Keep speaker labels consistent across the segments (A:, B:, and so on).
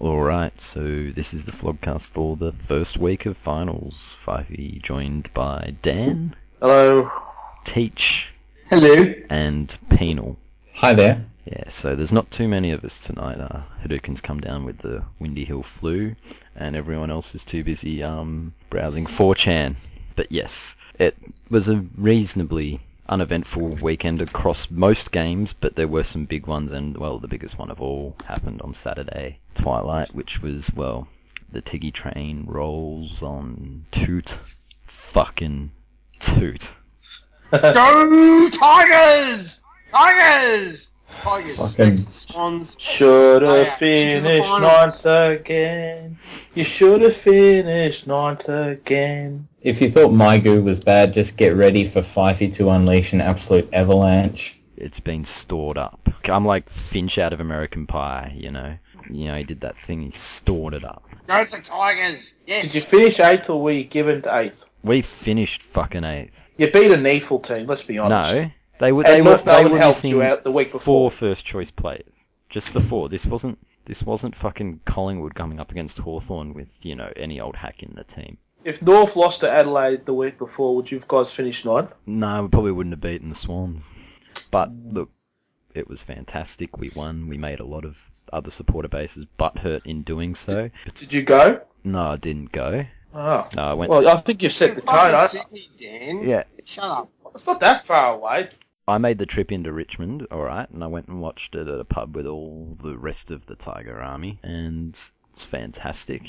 A: Alright, so this is the Flogcast for the first week of finals. Fifey joined by Dan,
B: Hello.
A: Teach,
B: Hello.
A: and Penal.
C: Hi there.
A: Yeah, so there's not too many of us tonight. Uh, Hadouken's come down with the Windy Hill flu, and everyone else is too busy um, browsing 4chan. But yes, it was a reasonably uneventful weekend across most games, but there were some big ones, and well, the biggest one of all happened on Saturday, Twilight, which was, well, the Tiggy train rolls on toot, fucking toot.
D: Go Tigers! Tigers! Tigers,
C: Fucking-
D: Spectres, Swans.
B: Should've
D: Oh, Yeah,
B: finished
D: to the
B: ninth again. You should've finished ninth again.
C: If you thought my goo was bad, just get ready for Fifey to unleash an absolute avalanche.
A: it's been stored up. I'm like Finch out of American Pie, you know. You know, he did that thing, he stored it up.
D: Go the Tigers! Yes!
B: Did you finish eighth or were you given to eighth?
A: We finished fucking eighth.
B: You beat an evil team, let's be honest.
A: No, they were
B: And
A: they were
B: North
A: they
B: Melbourne
A: were
B: helped you
A: missing
B: out the week
A: four
B: before.
A: first choice players. Just the four. This wasn't this wasn't fucking Collingwood coming up against Hawthorn with you know any old hack in the team.
B: If North lost to Adelaide the week before, would you have guys finished ninth?
A: No, we probably wouldn't have beaten the Swans. But look, it was fantastic. We won. We made a lot of other supporter bases butthurt in doing so.
B: Did you go?
A: No, I didn't go.
B: Oh.
A: No, I went.
B: Well, I think you've set the tone. I,
D: Fucking Sydney, Dan.
A: yeah,
D: Shut up.
B: it's not that far away.
A: I made the trip into Richmond, all right, and I went and watched it at a pub with all the rest of the Tiger Army, and it's fantastic.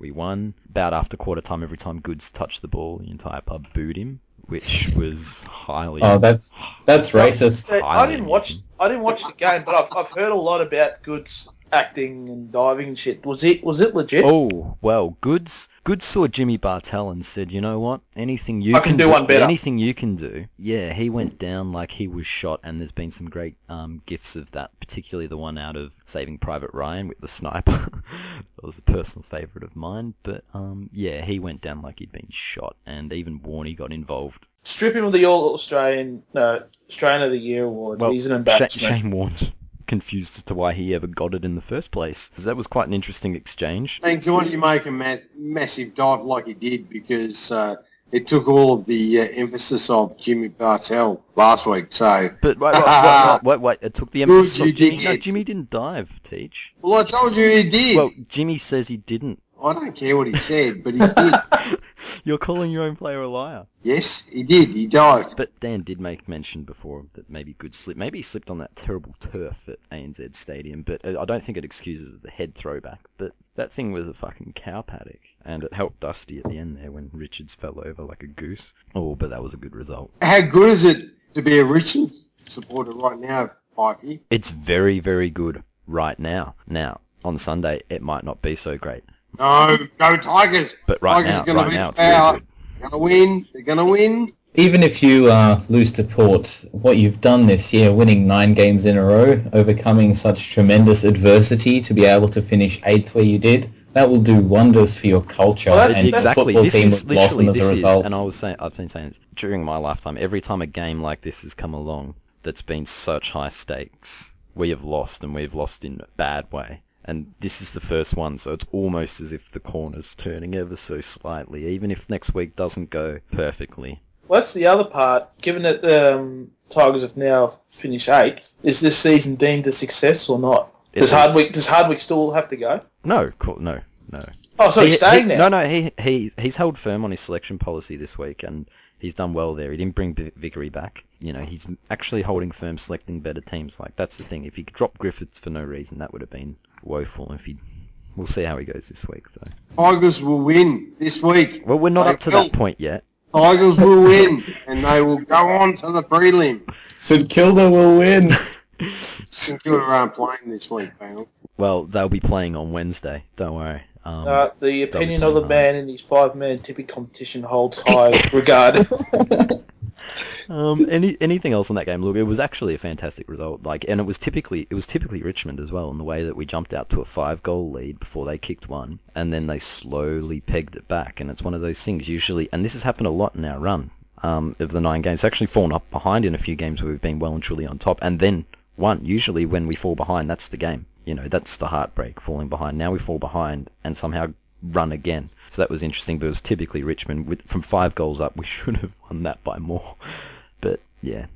A: We won. About after quarter time, every time Goods touched the ball, the entire pub booed him, which was highly.
C: Oh, that's that's racist.
B: Hey, I didn't
A: Highland,
B: watch.
A: isn't
B: I didn't watch the game, but I've, I've heard a lot about Goods acting and diving and shit. Was it was it legit?
A: Oh well, Goods. Goods saw Jimmy Bartell and said, "You know what? Anything you
B: I
A: can,
B: can do one better."
A: Anything you can do." Yeah, he went down like he was shot, and there's been some great um, gifs of that, particularly the one out of Saving Private Ryan with the sniper. that was a personal favourite of mine, but um, yeah, he went down like he'd been shot, and even Warney got involved.
B: Strip him of the All Australian no, Australian of the Year award.
A: Well,
B: He's an
A: Sha-
B: embarrassment.
A: Shane Warne's confused as to why he ever got it in the first place. 'Cause That was quite an interesting exchange.
D: And do you want to make a ma- massive dive like he did because uh, it took all of the uh, emphasis of Jimmy Bartell last week. So,
A: But wait, wait, wait, wait, wait, it took the emphasis
D: you
A: off Jimmy.
D: did
A: No,
D: it.
A: Jimmy didn't dive, Teach.
D: well, I told you he did.
A: Well, Jimmy says he didn't.
D: I don't care what he said, but he did.
A: You're calling your own player a liar.
D: yes, he did. He dived.
A: But Dan did make mention before that maybe good slip. Maybe he slipped on that terrible turf at ANZ Stadium, but uh, I I don't think it excuses the head throwback. But that thing was a fucking cow paddock, and it helped Dusty at the end there when Richards fell over like a goose. Oh, but that was a good result.
D: How good is it to be a Richmond supporter right now, Fifey?
A: It's very, very good right now. Now, on Sunday, it might not be so great,
D: No, go Tigers.
A: but right
D: Tigers are
A: now,
D: gonna
A: right
D: be
A: now,
D: the
A: it's very
D: power.
A: good.
D: They're gonna win. They're gonna win.
C: Even if you uh, lose to Port, what you've done this year, winning nine games in a row, overcoming such tremendous adversity to be able to finish eighth where you did, that will do wonders for your culture.
B: Well, that's-
C: and
A: And
B: that's-
C: your
A: exactly,
C: football
A: this
C: team
A: is
C: has blossomed
A: literally
C: as
A: this
C: a
A: is,
C: result.
A: and I was saying, I've been saying this during my lifetime. Every time a game like this has come along that's been such high stakes, we have lost, and we've lost in a bad way. And this is the first one, so it's almost as if the corner's turning ever so slightly, even if next week doesn't go perfectly.
B: Well, that's the other part. Given that um, Tigers have now finished eighth, is this season deemed a success or not?
A: It's
B: Does
A: a-
B: Hardwick does Hardwick still have to go?
A: No, cool, no, no.
B: Oh, so
A: He-
B: he's staying
A: he-
B: now.
A: No, no, he he he's held firm on his selection policy this week, and he's done well there. He didn't bring B- Vickery back. You know, he's actually holding firm, selecting better teams. Like that's the thing. If he dropped Griffiths for no reason, that would have been woeful. If he, we'll see how he goes this week though.
D: Tigers will win this week.
A: Well, we're not
D: They
A: up to
D: will.
A: that point yet.
D: Tigers will win, and they will go on to the prelim.
C: St Kilda will win.
D: St Kilda aren't uh, playing this week, panel.
A: Well, they'll be playing on Wednesday. Don't worry. Um,
B: Uh, the
A: be
B: opinion of the
A: fine,
B: man in his five-man tippy competition holds high regard.
A: Um, any anything else on that game? Look, it was actually a fantastic result. Like, and it was typically it was typically Richmond as well in the way that we jumped out to a five goal lead before they kicked one, and then they slowly pegged it back. And it's one of those things usually, and this has happened a lot in our run um, of the nine games. It's actually fallen up behind in a few games where we've been well and truly on top, and then won. Usually, when we fall behind, that's the game. You know, that's the heartbreak falling behind. Now we fall behind and somehow run again. So that was interesting, but it was typically Richmond with from five goals up. We should have won that by more. But yeah,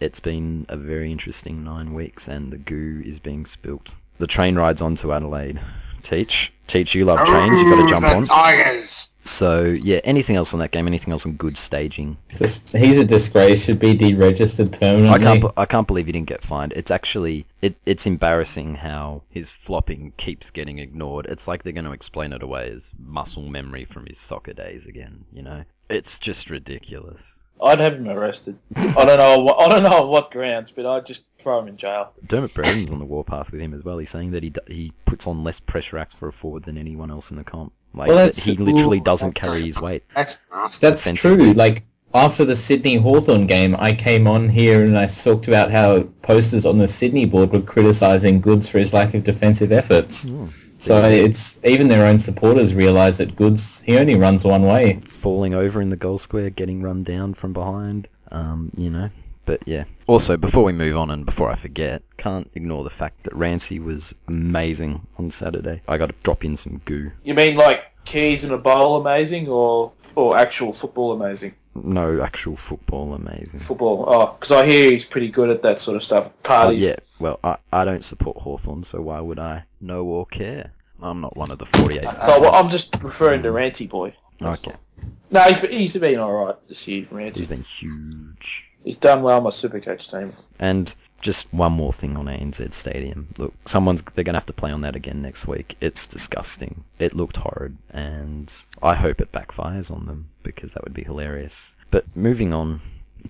A: it's been a very interesting nine weeks, and the goo is being spilt. The train rides on to Adelaide. Teach, teach, you love trains. You got to
D: Ooh,
A: jump
D: the
A: on.
D: Tigers.
A: So yeah, anything else on that game? Anything else on good staging?
C: Just, he's a disgrace. Should be deregistered permanently.
A: I can't, be- I can't believe he didn't get fined. It's actually, it, it's embarrassing how his flopping keeps getting ignored. It's like they're going to explain it away as muscle memory from his soccer days again. You know, it's just ridiculous.
B: I'd have him arrested. I don't know. What, I don't know on what grounds, but I'd just throw him in jail.
A: Dermot Brereton's on the warpath with him as well. He's saying that he d- he puts on less pressure acts for a forward than anyone else in the comp. Like
C: Well,
A: that
C: that's-
A: he literally
C: ooh,
A: doesn't
D: that's-
A: carry his weight.
D: That's nasty.
C: That's
A: Defensively.
C: true. Like after the Sydney Hawthorn game, I came on here and I talked about how posters on the Sydney board were criticising Goods for his lack of defensive efforts. So it's even their own supporters realise that Goods he only runs one way.
A: Falling over in the goal square, getting run down from behind. Um, you know. But yeah. Also, before we move on and before I forget, can't ignore the fact that Rancy was amazing on Saturday. I got to drop in some goo.
B: You mean like keys in a bowl, amazing, or or actual football, amazing?
A: No actual football, amazing.
B: Football. Oh, because I hear he's pretty good at that sort of stuff.
A: Uh,
B: Parties.
A: yeah, well, I, I don't support Hawthorn, so why would I know or care? I'm not one of the 48.
B: Oh, well, I'm just referring to Ranty boy.
A: Okay.
B: No, he's been, he's been all right this year,
A: He's
B: Ranty.
A: been huge.
B: He's done well on my Supercoach team.
A: And just one more thing on ANZ Stadium. Look, someone's they're gonna have to play on that again next week. It's disgusting. It looked horrid, and I hope it backfires on them because that would be hilarious. But moving on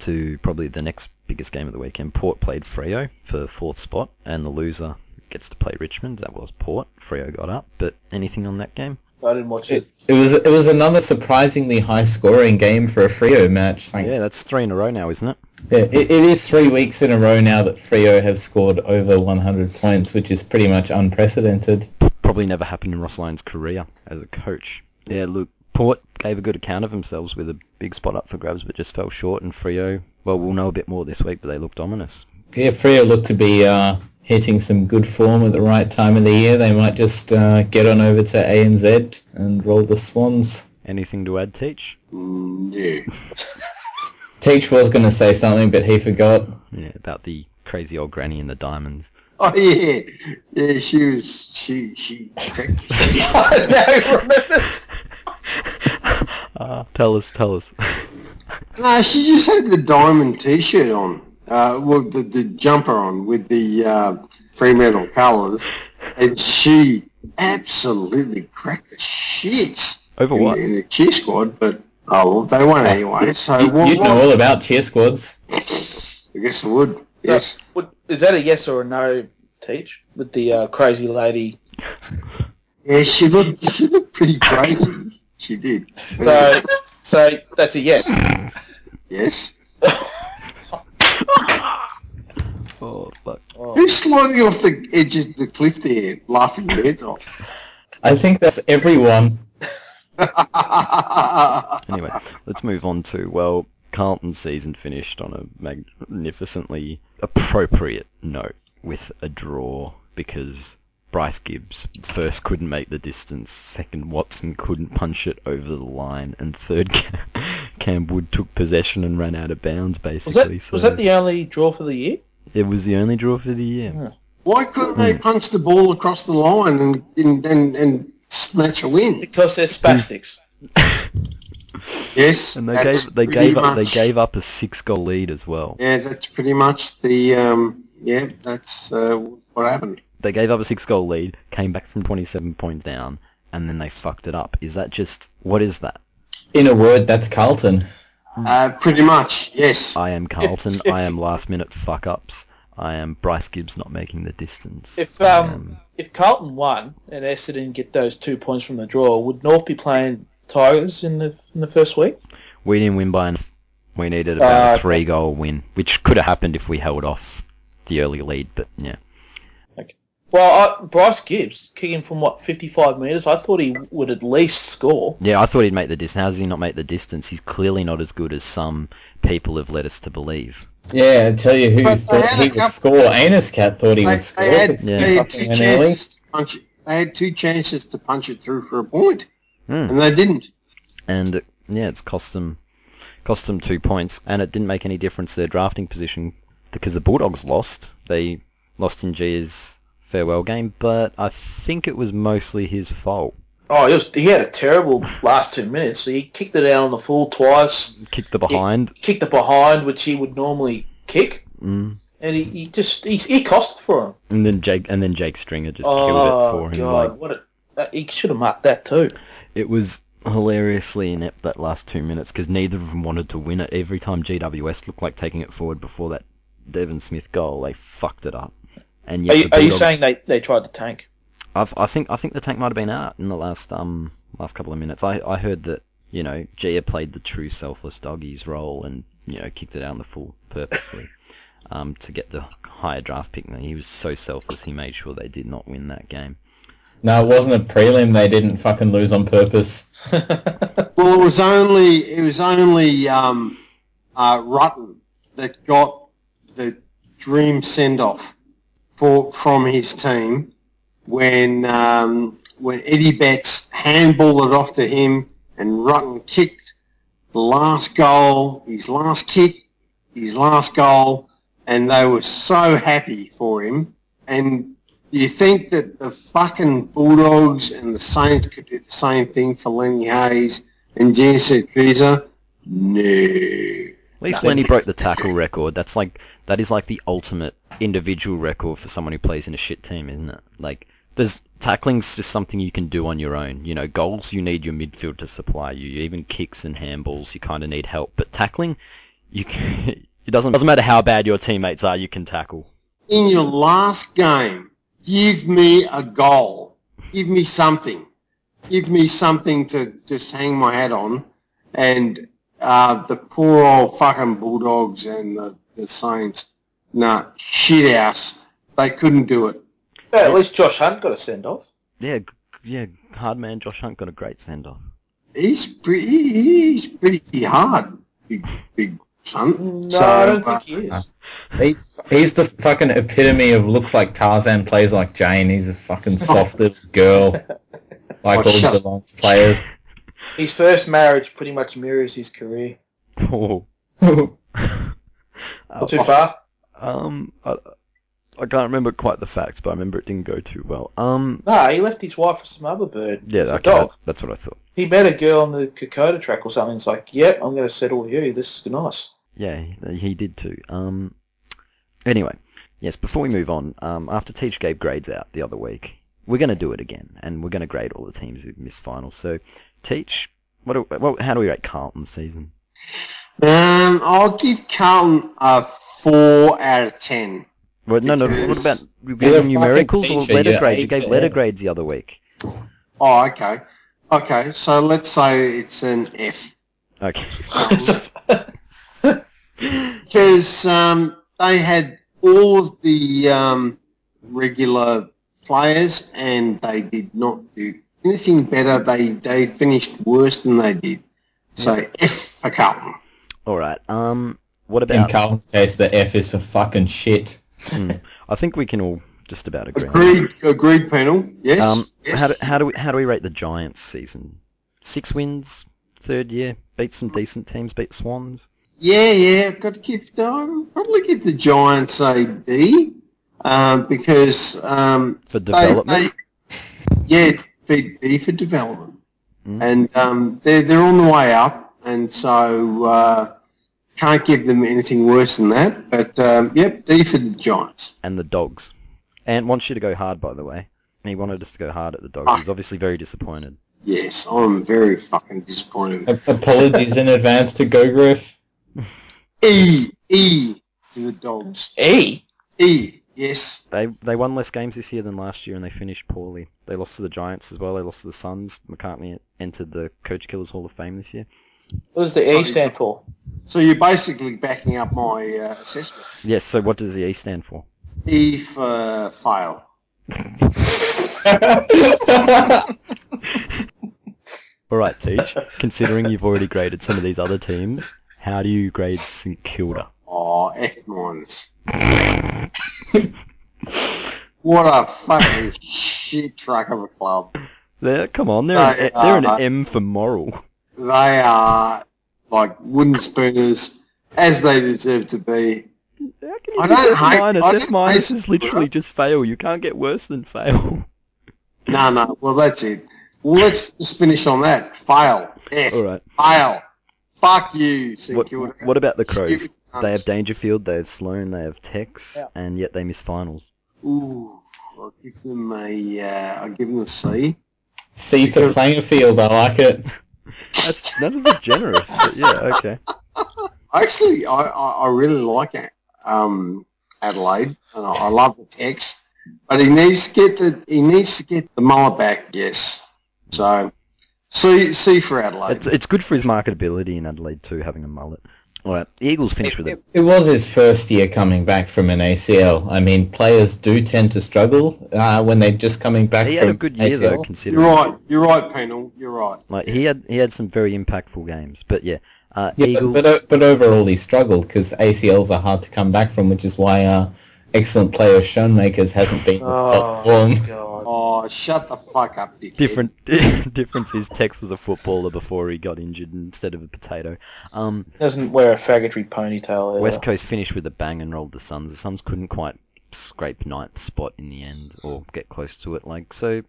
A: to probably the next biggest game of the weekend, Port played Freo for fourth spot, and the loser gets to play Richmond. That was Port. Freo got up, but anything on that game?
B: I didn't watch it.
C: It, it was it was another surprisingly high scoring game for a Frio match. Like,
A: Yeah, that's three in a row now, isn't it?
C: Yeah, it, it is three weeks in a row now that Frio have scored over 100 points, which is pretty much unprecedented.
A: probably never happened in Ross Lyon's career as a coach. Yeah, look, Port gave a good account of themselves with a big spot up for grabs, but just fell short. And Frio, well, we'll know a bit more this week, but they looked ominous.
C: Yeah, Frio look to be uh, hitting some good form at the right time of the year. They might just uh, get on over to ANZ and roll the Swans.
A: Anything to add, Teach?
D: Mm, yeah.
C: Teach was going to say something, but he forgot.
A: Yeah, about the crazy old granny and the diamonds.
D: Oh yeah. Yeah. She was. She. She.
B: I know, remember?
A: Ah, tell us, tell us.
D: No, she just had the diamond T-shirt on, uh, well, the, the jumper on with the uh, Fremantle colours, and she absolutely cracked the shits
A: Over
D: in,
A: what?
D: the, in the cheer squad. But oh, well, they won anyway. So
C: You,
D: what,
C: would know all about cheer squads.
D: I guess I would. Yes.
B: What- Is that a yes or a no, Teach? With the uh, crazy lady.
D: Yeah, she looked. She looked pretty crazy. She did.
B: So, so that's a yes.
D: yes.
A: Oh, fuck.
D: Who's sliding off the edge of the cliff there, laughing your heads off?
C: I think that's everyone.
A: Anyway, let's move on to, well, Carlton's season finished on a magnificently appropriate note with a draw because Bryce Gibbs first couldn't make the distance, second Watson couldn't punch it over the line, and third Cam, Cam Wood took possession and ran out of bounds
B: Was
A: basically.
B: that,
A: so
B: was that the only draw for the year?
A: it was the only draw for the year.
D: Why couldn't they
A: Hmm.
D: punch the ball across the line and and and, and snatch a win?
B: Because they're spastics.
D: Yes,
A: And they
D: that's
A: gave they
D: pretty
A: gave up they
D: much-
A: gave up a six goal lead as well.
D: Yeah, that's pretty much the um, yeah. That's uh, what happened.
A: They gave up a six goal lead, came back from twenty seven points down, and then they fucked it up. Is that just what is that?
C: In a word, that's Carlton.
A: Hmm.
D: Uh, pretty much, yes.
A: I am Carlton. I am last minute fuck ups. I am Bryce Gibbs not making the distance.
B: If,
A: I
B: um,
A: am-
B: If Carlton won and Essendon get those two points from the draw, would North be playing Tigers in the in the first week?
A: we didn't win by enough. We needed about
B: Uh,
A: a three goal win, which could have happened if we held off the early lead. But yeah,
B: Well, I, Bryce Gibbs kicking from what fifty five metres. I thought he would at least score.
A: yeah, I thought he'd make the distance. How does he not make the distance? He's clearly not as good as some people have led us to believe.
C: Yeah, I tell you who
D: But they
C: thought
D: had a
C: he would
D: couple-
C: score. Anus Cat thought he
D: They,
C: would score.
D: they had,
C: Fucking
A: Yeah.
D: they had two
C: Fucking eh? Anelli.
D: chances to punch. it- They had two chances to punch it through for a point,
A: Hmm.
D: and they didn't.
A: and it- yeah, it's cost them cost them two points, and it didn't make any difference their drafting position because the Bulldogs lost. They lost in Gia's farewell game, but I think it was mostly his fault.
B: Oh, he was he had a terrible last two minutes. So he kicked it out on the full twice,
A: Kicked the behind.
B: kicked it behind, which he would normally kick,
A: Mm.
B: and he, he just he, he cost it for him.
A: And then Jake and then Jake Stringer just
B: oh
A: killed it for him.
B: God,
A: Like
B: what a, that, he should have marked that too.
A: it was hilariously inept that last two minutes because neither of them wanted to win it. Every time GWS looked like taking it forward before that Devon Smith goal, they fucked it up. And yet
B: Are you,
A: the
B: are you
A: Bulldogs-
B: saying they, they tried to tank?
A: I've, I think I think the tank might have been out in the last um last couple of minutes. I, I heard that you know Gia played the true selfless doggies role and you know kicked it out on the full purposely um, to get the higher draft pick. And He was so selfless. He made sure they did not win that game.
C: No, it wasn't a prelim. They didn't fucking lose on purpose.
D: Well, it was only it was only um, uh, Rutten that got the dream send off for from his team when um, when Eddie Betts handballed it off to him and Rutten kicked the last goal, his last kick, his last goal, and they were so happy for him. And do you think that the fucking Bulldogs and the Saints could do the same thing for Lenny Hayes? And Gene said, Cruiser, no.
A: At least Lenny broke the tackle record. That's like that is like the ultimate individual record for someone who plays in a shit team, isn't it? Like there's tackling's just something you can do on your own. You know, goals you need your midfield to supply you. Even kicks and handballs you kind of need help. But tackling, you can, it doesn't doesn't matter how bad your teammates are, you can tackle.
D: In your last game, give me a goal. Give me something. Give me something to just hang my hat on. And uh, the poor old fucking Bulldogs and the, the Saints, nah, shit house. They couldn't do it.
B: Yeah, at least Josh Hunt got a send off.
A: Yeah, g- yeah. Hard man Josh Hunt got a great send off.
D: He's pretty, he's pretty hard, big, big cunt.
B: No,
D: So,
B: I don't
D: uh,
B: think he is.
C: He, he's the fucking epitome of looks like Tarzan, plays like Jane. He's a fucking soft little girl, like
D: Oh,
C: all
D: shut-
C: Geelong's players.
B: His first marriage pretty much mirrors his career.
A: Oh,
B: Too far.
A: um, I, I can't remember quite the facts, but I remember it didn't go too well. Um,
B: No, he left his wife for some other bird.
A: yeah,
B: It's a
A: okay,
B: dog.
A: that- that's what I thought.
B: He met a girl on the Kokoda track or something. It's like, yep, I'm going to settle with you. This is nice.
A: Yeah, he- he did too. Um, anyway, yes, before we move on, um, after Teach gave grades out the other week, we're going to do it again, and we're going to grade all the teams who missed finals. So, Teach, what? Do, well, how do we rate Carlton's season?
D: Um, I'll give Carlton a four out of ten.
A: Well, no, no. What
D: Because-
A: about you
C: You're
A: gave
C: a fucking
A: numericals or
C: teacher,
A: letter
C: you're
A: grades? You
C: eight
A: gave
C: to
A: letter
C: F.
A: grades the other week.
D: Oh, okay, okay. So let's say it's an F
A: Okay.
D: because um, they had all of the um, regular players, and they did not do anything better. They they finished worse than they did. So F for Carlton.
A: All right. Um, what
C: In
A: about?
C: Carlton's case, the F is for fucking shit.
A: I think we can all just about agree. on that.
D: Agreed. Agreed. Penal. Yes.
A: Um,
D: yes.
A: how do, how do we how do we rate the Giants' season? Six wins, third year, beat some decent teams, beat Swans.
D: Yeah, yeah, I've got to give the, I'll probably give the Giants a D um, because um,
A: For
D: they-
A: development?
D: they- yeah, big D for development,
A: Mm.
D: and um, they're they're on the way up. and so uh, can't give them anything worse than that. But um, yep, D for the Giants.
A: and the dogs. Ant wants you to go hard, by the way. And he wanted us to go hard at the dogs.
D: Ah.
A: He's obviously very disappointed.
D: Yes, I'm very fucking disappointed.
C: A- Apologies in advance to Gogriff.
D: E E for the dogs.
B: E.
D: E yes.
A: They they won less games this year than last year, and they finished poorly. They lost to the Giants as well. They lost to the Suns. McCartney entered the Coach Killers Hall of Fame this year.
B: What does the E
D: Sorry.
B: stand for?
D: So you're basically backing up my uh, assessment.
A: Yes. So what does the E stand for?
D: E for fail.
A: All right, Teach. considering you've already graded some of these other teams, how do you grade St Kilda?
D: Oh, F minus. what a fucking shit truck of a club.
A: They're, come on, they're an,
D: They
A: they're an
D: are-
A: M for moral.
D: They are like wooden spooners as they deserve to be.
A: How can you
D: I
A: give
D: don't
A: F
D: hate-
A: minus?
D: I don't
A: F minus
D: hate
A: is literally just fail. You can't get worse than fail.
D: No, no. Well, that's it. Well, let's just finish on that. Fail. F.
A: All right.
D: Fail. Fuck you, St
A: What,
D: Kilda.
A: what about the Crows?
D: You cunts.
A: They have Dangerfield, they have Sloan, they have Tex, and yet they miss finals.
D: Ooh, I'll give them a. Uh, I'll give them a C.
C: C for playing a field, I like it.
A: That's, that's a bit generous, but yeah, okay.
D: Actually, I, I, I really like it, um, Adelaide, and I, I love the text. But he needs to get the he needs to get the mullet back. Yes, so C C for Adelaide.
A: It's, it's good for his marketability in Adelaide too, having a mullet. All right, the Eagles finish with it.
C: It was his first year coming back from an ACL. I mean, players do tend to struggle uh, when they're just coming back
A: He
C: from
A: had a good year though,
C: ACL.
D: you're
A: considering.
D: right. You're right, Penal. You're right.
A: Like he had he had some very impactful games, but yeah, uh,
C: Yeah,
A: Eagles.
C: but, but, o- but overall he struggled because ACLs are hard to come back from, which is why uh, excellent player Shoemakers hasn't been in
B: Oh.
C: top form.
B: God.
D: Oh, shut the fuck up, dickhead.
A: different difference is Tex was a footballer before he got injured instead of a potato. Um,
B: Doesn't wear a faggotry ponytail. Either.
A: West Coast finished with a bang and rolled the Suns. The Suns couldn't quite scrape ninth spot in the end or get close to it. Like so,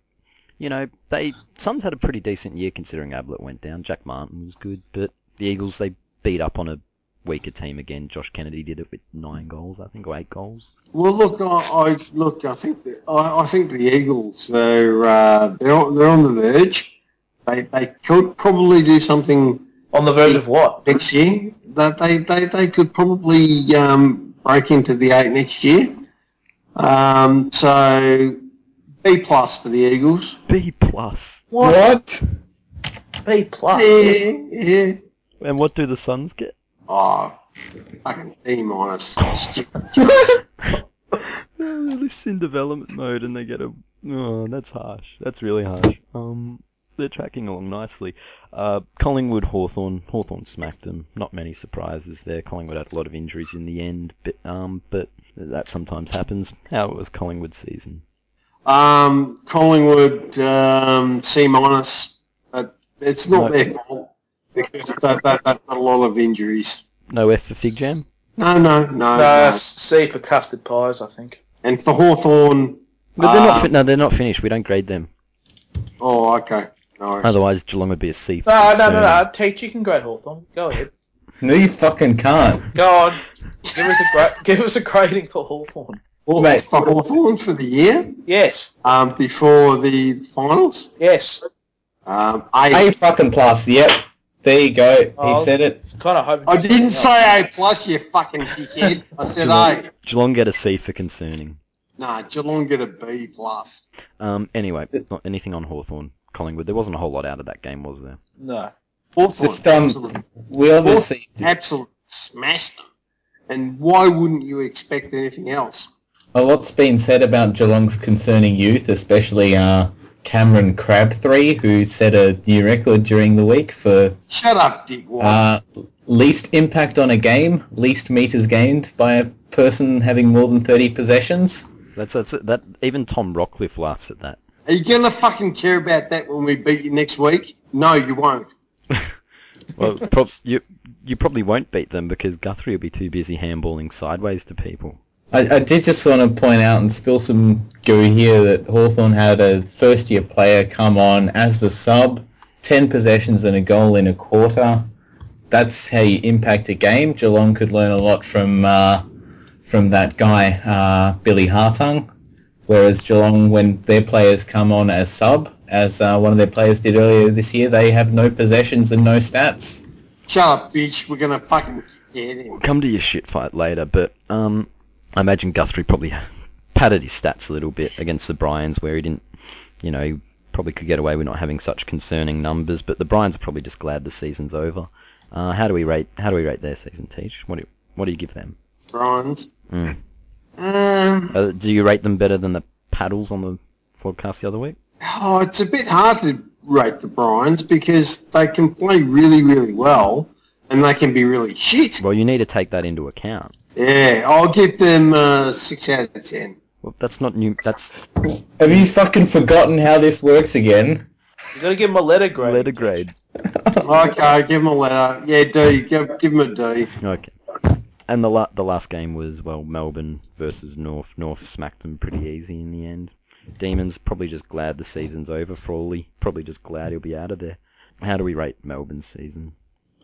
A: you know they Suns had a pretty decent year considering Ablett went down. Jack Martin was good, but the Eagles they beat up on a weaker team again. Josh Kennedy did it with nine goals, I think, or eight goals.
D: Well, look, I, I look. I think the, I, I think the Eagles are uh, they're on- they're on the verge. They they could probably do something
B: On the verge of what?
D: next year. That they, they, they could probably um, break into the eight next year. Um, so B plus for the Eagles.
A: B plus.
C: What?
B: B plus.
D: Yeah, yeah.
A: And what do the Suns get?
D: Oh, fucking D minus.
A: Oh, they're just in development mode and they get a. Oh, that's harsh. That's really harsh. Um, they're tracking along nicely. Uh, Collingwood, Hawthorn, Hawthorn smacked them. Not many surprises there. Collingwood had a lot of injuries in the end, but um, but that sometimes happens. How was Collingwood's season?
D: um, Collingwood um, C minus, but it's
A: No.
D: not their fault because they, they, they've got a lot of injuries.
A: No F for Fig Jam.
D: No, no, no,
B: No,
D: no.
B: C for custard pies, I think.
D: And for Hawthorn,
A: But they're
B: Ah.
A: not.
D: Uh,
A: Fi- no, they're not finished. We don't grade them.
D: oh, okay. No.
A: Otherwise, Geelong would be a C. For
B: Ah, No, no, no,
A: concern.
B: no. Teach, you can grade Hawthorn. Go ahead.
C: No, you fucking can't.
B: Go on. Give us a gra- give us a grading for Hawthorn.
C: Mate,
D: For Hawthorn for the year,
B: Yes,
D: um, before the finals.
B: yes.
D: Um,
C: A
D: I,
C: fucking plus, yep. There you go.
B: Oh.
C: He said it.
B: It's kind of hoping.
D: I didn't say A plus, you fucking dickhead. I said A.
A: Geelong get a C for concerning.
D: Nah, Geelong get a B plus.
A: Um, anyway, not anything on Hawthorn, Collingwood. There wasn't a whole lot out of that game, was there?
B: no.
D: Hawthorn,
C: Just, um,
D: absolute,
C: We obviously
D: absolute smash them. And why wouldn't you expect anything else?
C: a lot's been said about Geelong's concerning youth, especially uh, Cameron Crabtree, who set a new record during the week for
D: Shut up, dickwad.
C: uh, least impact on a game, least meters gained by a person having more than thirty possessions.
A: That's that's that. Even Tom Rockcliffe laughs at that.
D: Are you gonna fucking care about that when we beat you next week? No, you won't.
A: Well, prob- you you probably won't beat them because Guthrie will be too busy handballing sideways to people.
C: I, I did just want to point out and spill some goo here that Hawthorn had a first year player come on as the sub, 10 possessions and a goal in a quarter. that's how you impact a game. Geelong could learn a lot from uh, from that guy uh, Billy Hartung. Whereas Geelong, when their players come on as sub, as uh, one of their players did earlier this year, they have no possessions and no stats.
D: Shut up, bitch. We're gonna fucking get him.
A: We'll come to your shit fight later, but um, I imagine Guthrie probably padded his stats a little bit against the Bryans, where he didn't, you know, he probably could get away with not having such concerning numbers. But the Bryans are probably just glad the season's over. Uh, how do we rate? How do we rate their season, Teach? What do you, What do you give them?
D: Bronze.
C: Hmm.
A: Mm.
D: Um,
A: Uh, do you rate them better than the paddles on the podcast the other week?
D: Oh, it's a bit hard to rate the Bryans because they can play really, really well and they can be really shit.
A: Well, you need to take that into account.
D: Yeah, I'll give them uh, 6 out of 10.
A: Well, that's not new. That's
C: Have you fucking forgotten how this works again?
B: You gotta give him a letter grade.
A: letter grade.
D: Okay, uh, give them a letter. Yeah, D. Give, give them a D.
A: Okay. And the la- the last game was well Melbourne versus North. North smacked them pretty easy in the end. Demons probably just glad the season's over. Frawley probably just glad he'll be out of there. How do we rate Melbourne's season?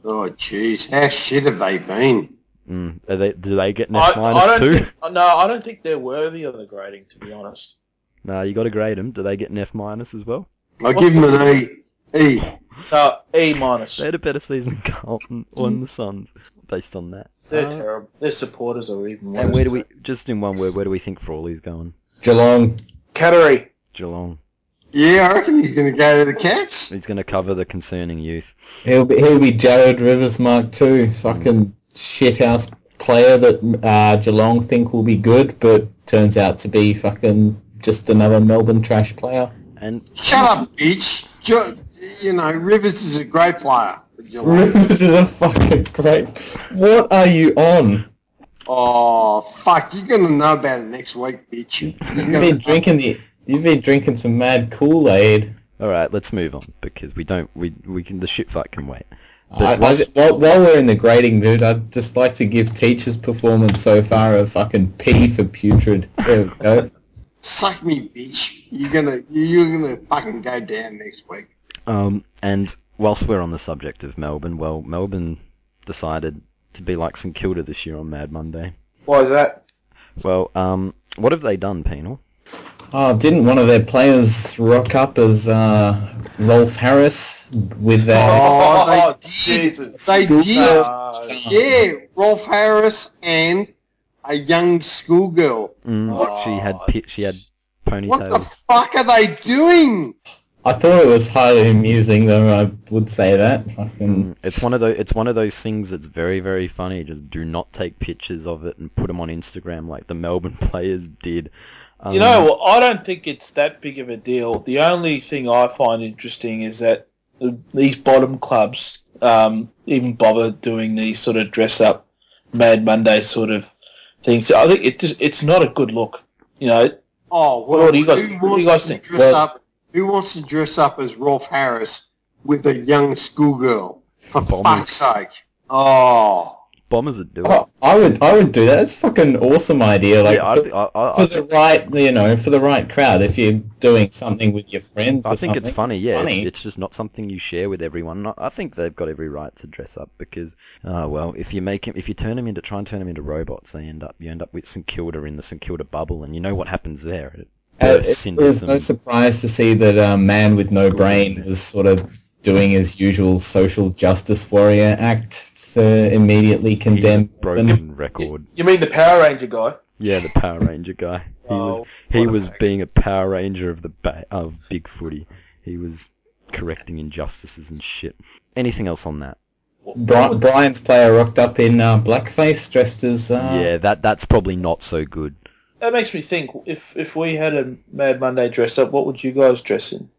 D: Oh, jeez. How shit have they been?
A: Mm. Are they, do they get an
B: I,
A: F minus
B: I
A: two?
B: don't think, no, I don't think they're worthy of the grading, to be honest.
A: No, you got to grade them. Do they get an F minus as well?
D: I'll give them an E. E.
B: No, E minus.
A: They had a better season than Carlton or in the Suns based on that.
B: They're
A: Uh,
B: terrible. Their supporters are even worse.
A: and where do we just in one word? Where do we think Frawley's going?
C: Geelong.
B: Cattery.
A: Geelong.
D: Yeah, I reckon he's going to go to the Cats.
A: He's going to cover the concerning youth.
C: He'll be he'll be Jared Rivers Mark II, fucking shithouse player that uh, Geelong think will be good, but turns out to be fucking just another Melbourne trash player.
A: And
D: Shut up, bitch. Jo- you know, Rivers is a great player. for Geelong.
C: Rivers is a fucking great. What are you on?
D: Oh, fuck. You're going to know about it next week, bitch. You're
C: You've
D: gonna-
C: been drinking the. You've been drinking some mad Kool Aid.
A: all right, let's move on because we don't. We we can the shit fight can wait.
C: I, I,
A: what's-
C: while, while we're in the grading mood, I'd just like to give teacher's performance so far a fucking P for putrid. There we go.
D: Suck me, bitch. You're gonna you're gonna fucking go down next week.
A: Um, and whilst we're on the subject of Melbourne, well, Melbourne decided to be like St Kilda this year on Mad Monday.
B: Why is that?
A: Well, um, what have they done, Penal?
C: Oh, didn't one of their players rock up as uh, Rolf Harris with their
D: Oh, they
B: Oh,
D: did.
B: Jesus.
D: They
C: School
D: did.
C: star.
B: No.
D: Yeah, Rolf Harris and a young schoolgirl.
A: Mm,
B: What?
A: She had pi- she had ponytails.
D: What the fuck are they doing?
C: I thought it was highly amusing, though I would say that. Fucking,
A: Mm, It's one of those. It's one of those things that's very, very funny. Just do not take pictures of it and put them on Instagram like the Melbourne players did. Um,
B: You know, well, I don't think it's that big of a deal. The only thing I find interesting is that these bottom clubs um, even bother doing these sort of dress up Mad Monday sort of things. I think it just, it's not a good look. You know,
D: Oh, well,
B: What do you guys-
D: who
B: what do
D: wants
B: you guys
D: to
B: think?
D: dress
C: Well-
D: up? Who wants to dress up as Rolf Harris with a young schoolgirl? For
A: Bombers.
D: fuck's sake! Oh,
A: bombers would do it.
C: oh, I would, I would do that. That's a fucking awesome idea. Like
A: yeah, I, I, I,
C: for
A: I,
C: the right, you know, for the right crowd. If you're doing something with your friends,
A: I
C: or
A: think it's
C: something,
A: funny. Yeah, it's just not something you share with everyone. Not- I think they've got every right to dress up because, oh well, if you make 'em- if you turn them into try and turn them into robots, they end up you end up with St Kilda in the St Kilda bubble, and you know what happens there. It
C: Uh,
A: bursts
C: it
A: into
C: was
A: some-
C: no surprise to see that uh, man with no brain is sort of doing his usual social justice warrior act to immediately
A: he's a
C: condemn. them.
A: broken record.
B: you mean the Power Ranger guy?
A: Yeah, the Power Ranger guy. He was
B: Oh,
A: he
B: what a
A: was
B: fag.
A: being a Power Ranger of the ba- of Bigfooty. He was correcting injustices and shit. Anything else on that?
B: Oh,
C: Bri- Brian's player rocked up in uh, blackface, dressed as uh,
A: yeah, that that's probably not so good.
B: That makes me think. If if we had a Mad Monday dress up, what would you guys dress in?